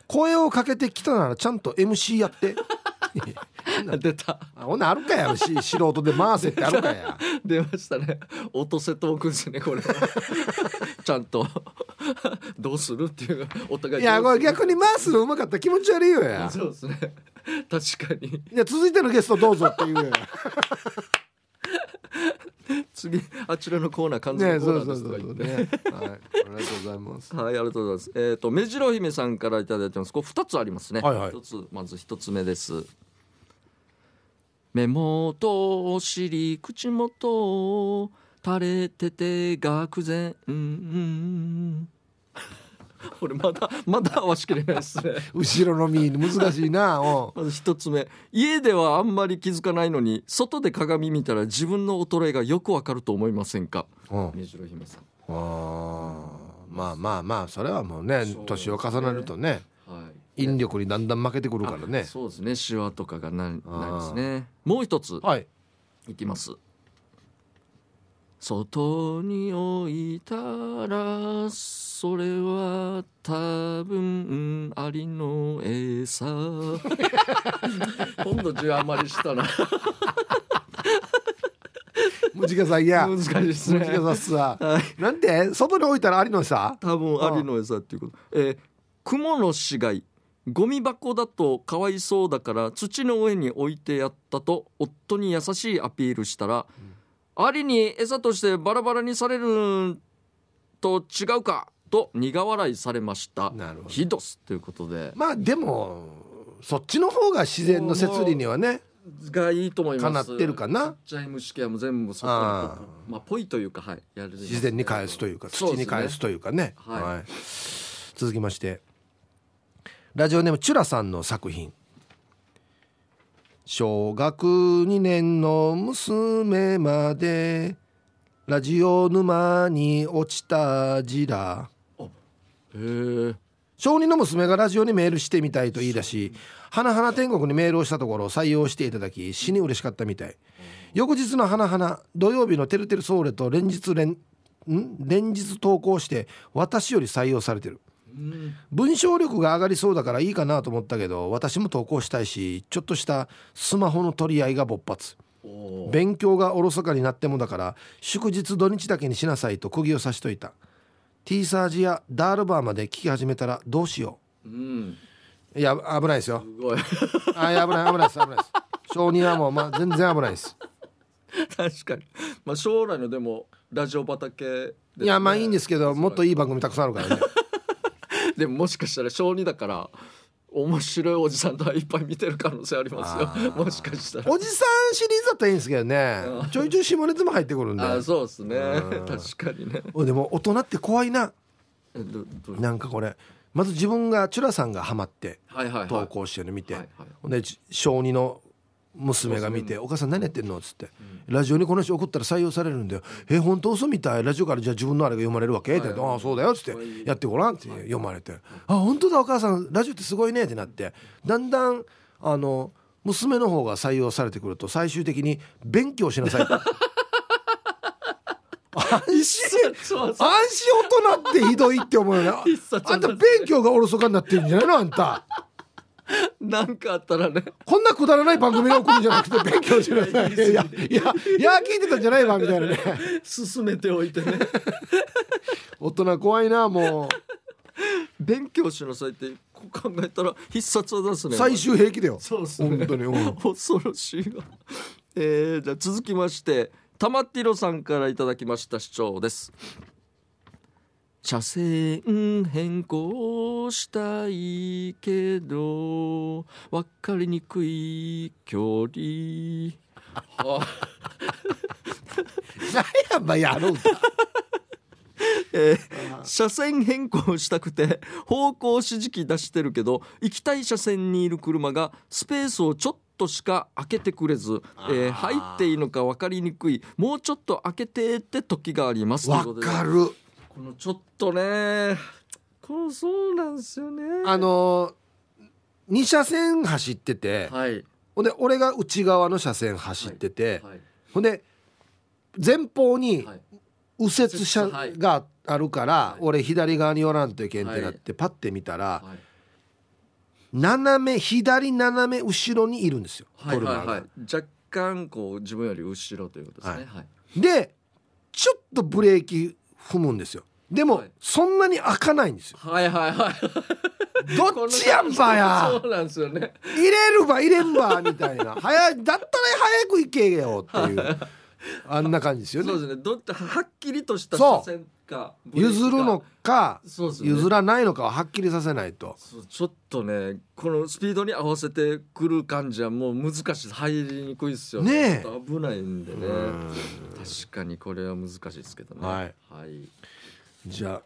Speaker 2: 声をかけてきたならちゃんと MC やって
Speaker 1: 出た
Speaker 2: あほんなあるかやし素人で回せってある かや
Speaker 1: 出ましたね落とせトークですね これちゃんと どうするっていうかお互い
Speaker 2: いや
Speaker 1: ど
Speaker 2: こ
Speaker 1: う
Speaker 2: れ
Speaker 1: する
Speaker 2: 逆に回すのうまかったら気持ち悪いよや
Speaker 1: そうですね確かに
Speaker 2: いや続いてのゲストどうぞっていうよや
Speaker 1: 次 あちらのコーナー完全
Speaker 2: ね
Speaker 1: にコー
Speaker 2: そ
Speaker 1: ナ
Speaker 2: う
Speaker 1: ー
Speaker 2: そ
Speaker 1: で
Speaker 2: う
Speaker 1: すとか言って
Speaker 2: そうそうねはいありがとうございます
Speaker 1: はい、ありがとうございます。えっ、と、目白姫さんからいただいてます。これ二つありますね。
Speaker 2: はいはい
Speaker 1: 一つ、まず一つ目です。目元、お尻、口元。垂れてて、愕然。 うんうん。俺、まだ、まだ合わしきれないです ね。
Speaker 2: 後ろのミー難しいなおう
Speaker 1: まず一つ目家ではあんまり気づかないのに外で鏡見たら自分の衰えがよくわかると思いませんか
Speaker 2: うん
Speaker 1: 目白姫さん
Speaker 2: あーまあまあまあそれはもうね
Speaker 1: そうです
Speaker 2: 年
Speaker 1: ね
Speaker 2: を重ねるとね
Speaker 1: はい
Speaker 2: 引力にだんだん負けてくるからね
Speaker 1: そうですねシワとかがない
Speaker 2: あー
Speaker 1: ないですねもう一つ
Speaker 2: はい
Speaker 1: いきます外に置いたらそれは多分アリの 餌今度中余りしたな
Speaker 2: ムジカさんいや
Speaker 1: 難
Speaker 2: ムジ
Speaker 1: しいですね
Speaker 2: カさんさ
Speaker 1: はい
Speaker 2: なんで外に置いたらありのさ
Speaker 1: 多分アリの餌っていうことえー、クモの死骸ゴミ箱だとかわいそうだから土の上に置いてやったと夫に優しいアピールしたら、アリに餌としてバラバラにされると違うかと苦笑いされました
Speaker 2: なるほど
Speaker 1: ひどすということで
Speaker 2: まあでもそっちの方が自然の摂理にはね
Speaker 1: がいいと思います
Speaker 2: 叶ってるかな
Speaker 1: ちっちゃい虫系はもう全部そこに
Speaker 2: あー
Speaker 1: まあぽいというかはいやる
Speaker 2: 自然に返すというか土に返す
Speaker 1: と
Speaker 2: というかね
Speaker 1: そうですねはい
Speaker 2: い続きましてラジオネームチュラさんの作品小学2年の娘までラジオ沼に落ちたジラ
Speaker 1: へえ
Speaker 2: 小児の娘がラジオにメールしてみたいと言い出し「花花天国」にメールをしたところ採用していただき死に嬉しかったみたい翌日の「花花土曜日の「てるてるソウレ」と連日連ん連日投稿して私より採用されてる
Speaker 1: うん
Speaker 2: 文章力が上がりそうだからいいかなと思ったけど私も投稿したいしちょっとしたスマホの取り合いが勃発
Speaker 1: おー
Speaker 2: 勉強がおろそかになってもだから祝日土日だけにしなさいと釘を刺しといた T サージやダールバーまで聞き始めたらどうしよ
Speaker 1: うん
Speaker 2: ういや危ないですよ
Speaker 1: すごい
Speaker 2: あいや危ない危ないです危ないです小児はもう、まあ、全然危ないです
Speaker 1: 確かに、まあ、将来のでもラジオ畑で、
Speaker 2: いやまあいいんですすけどもっといい番組たくさんあるから ね
Speaker 1: でももしかしたら小二だから面白いおじさんとはいっぱい見てる可能性ありますよ
Speaker 2: あー
Speaker 1: もしかしたら
Speaker 2: おじさんシリーズだったらいいんですけどね
Speaker 1: うん
Speaker 2: ちょいちょい下ネタも入ってくるんで
Speaker 1: あーそうですね
Speaker 2: うん
Speaker 1: 確かにね
Speaker 2: おいでも大人って怖いな
Speaker 1: えどどう
Speaker 2: なんかこれまず自分がチュラさんがハマって
Speaker 1: はいはいはい
Speaker 2: 投稿してるの見て、
Speaker 1: はいはい
Speaker 2: ほんでち小児の娘が見て「お母さん何やってんの?」っつって、
Speaker 1: う
Speaker 2: ラジオにこの人送ったら採用されるんだよ「え本当嘘みたいラジオからじゃあ自分のあれが読まれるわけ?」って言って
Speaker 1: はい
Speaker 2: ああそうだよ」っつっ
Speaker 1: はい
Speaker 2: て「やってごらん」って読まれて「あ本当だお母さんラジオってすごいね」ってなってだんだんあの娘の方が採用されてくると最終的に「勉強しなさ い」安心
Speaker 1: そうそう
Speaker 2: 安心大人ってひどいって思 うよな
Speaker 1: 必殺技
Speaker 2: あんた勉強がおろそかになってるんじゃないのあんた
Speaker 1: なんかあったらね
Speaker 2: こんなくだらない番組が送るんじゃなくて勉強しなさいいやいやいや聞いてたんじゃないわみたいなね
Speaker 1: 進めておいてね
Speaker 2: 大人怖いなも
Speaker 1: 勉強しなさいってこう考えたら必殺技です
Speaker 2: う
Speaker 1: ね
Speaker 2: 最終兵器だよ
Speaker 1: そうっすね
Speaker 2: 本当に う ん
Speaker 1: 恐ろしいわ えーじゃあ続きまして玉ティロさんからいただきました主張です車線変更したいけど分かりにくい距離 あ
Speaker 2: 何やばいやろうと
Speaker 1: えー車線変更したくて方向指示器出してるけど行きたい車線にいる車がスペースをちょっとしか開けてくれず、えー
Speaker 2: あー
Speaker 1: 入っていいのか分かりにくいもうちょっと開けてって時があります
Speaker 2: わ
Speaker 1: ということで
Speaker 2: かる
Speaker 1: このちょっとねこうそうなんですよね
Speaker 2: あの2車線走ってて、
Speaker 1: はい
Speaker 2: ほんで俺が内側の車線走ってて、
Speaker 1: はい
Speaker 2: ほんで前方に
Speaker 1: はい
Speaker 2: 右折車
Speaker 1: はい
Speaker 2: があるから、
Speaker 1: い
Speaker 2: 俺左側に寄らんといけんってなって、パッて見たら、
Speaker 1: はい
Speaker 2: 斜め左斜め後ろにいるんですよ、
Speaker 1: はい
Speaker 2: トルマー
Speaker 1: はい
Speaker 2: が
Speaker 1: はい若干こう自分より後ろということですねはい
Speaker 2: でちょっとブレーキ踏むんですよでも、
Speaker 1: はい
Speaker 2: そんなに開かないんです よ
Speaker 1: はいはいはい
Speaker 2: どっちやんばや
Speaker 1: そうなんですよね
Speaker 2: 入れるば入れんばみたい な早いだったら早く行けよっていうあんな感じですよ
Speaker 1: そう
Speaker 2: ね
Speaker 1: ですね。どっちはっきりとした
Speaker 2: そ
Speaker 1: 車
Speaker 2: う
Speaker 1: 線かブレーキか
Speaker 2: 譲るのか
Speaker 1: そうですよね
Speaker 2: 譲らないのかをはっきりさせないと
Speaker 1: そうちょっとねこのスピードに合わせてくる感じはもう難しい入りにくいですよ
Speaker 2: ねえ
Speaker 1: ちょっと危ないんでね
Speaker 2: うん
Speaker 1: 確かにこれは難しいですけどね
Speaker 2: はい、
Speaker 1: はい
Speaker 2: じゃ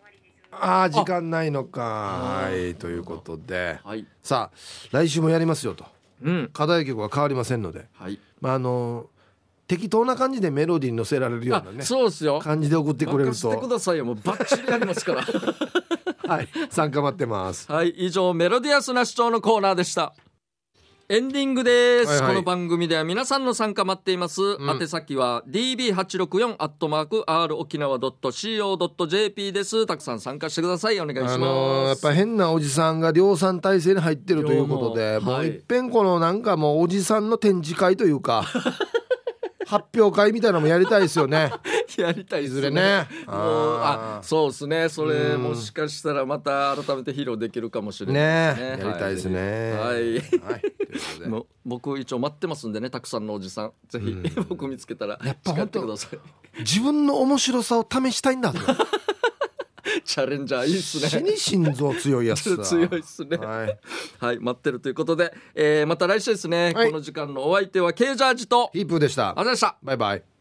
Speaker 2: ああー時間ないのかはいということで
Speaker 1: はい
Speaker 2: さあ来週もやりますよと
Speaker 1: うん
Speaker 2: 課題曲は変わりませんので
Speaker 1: はい
Speaker 2: まああの適当な感じでメロディーに乗せられるようなね
Speaker 1: あそうですよ
Speaker 2: 感じで送ってくれる
Speaker 1: 任せてく
Speaker 2: と、
Speaker 1: ださいよもうバッチリやりますから
Speaker 2: はい、参加待ってます。
Speaker 1: はい以上メロディアスな主張のコーナーでしたエンディングです、
Speaker 2: はいはい
Speaker 1: この番組では皆さんの参加待っています、
Speaker 2: ん
Speaker 1: 宛先は db864 アットマーク r 沖縄 .co.jp ですたくさん参加してくださいお願いします、
Speaker 2: あのーやっぱ変なおじさんが量産体制に入ってるということで
Speaker 1: 量も
Speaker 2: も
Speaker 1: は
Speaker 2: う
Speaker 1: い
Speaker 2: いっぺんこのなんかもうおじさんの展示会とい うか発表会みたいなのもやりたいですよ ね
Speaker 1: やりたい
Speaker 2: い
Speaker 1: です
Speaker 2: ずれね
Speaker 1: もうあ
Speaker 2: あー
Speaker 1: そうですねそれ
Speaker 2: うん
Speaker 1: もしかしたらまた改めて披露できるかもしれ
Speaker 2: ね
Speaker 1: ないですね
Speaker 2: やりたいですね
Speaker 1: はい、はい
Speaker 2: はいということで
Speaker 1: もう僕一応待ってますんでねたくさんのおじさんぜひ 僕見つけたら
Speaker 2: やっぱ
Speaker 1: 叱
Speaker 2: 本
Speaker 1: って
Speaker 2: 当
Speaker 1: ください
Speaker 2: 自分の面白さを試したいんだぞ
Speaker 1: チャレンジャーいいっすね
Speaker 2: 死に心臓強いやつ だ
Speaker 1: 強いっすね
Speaker 2: はい、
Speaker 1: はい、待ってるということで、えーまた来週ですね、
Speaker 2: はい
Speaker 1: この時間のお相手は K ジャージと、ありがとう
Speaker 2: ヒープーでした
Speaker 1: ございました。
Speaker 2: バイバイ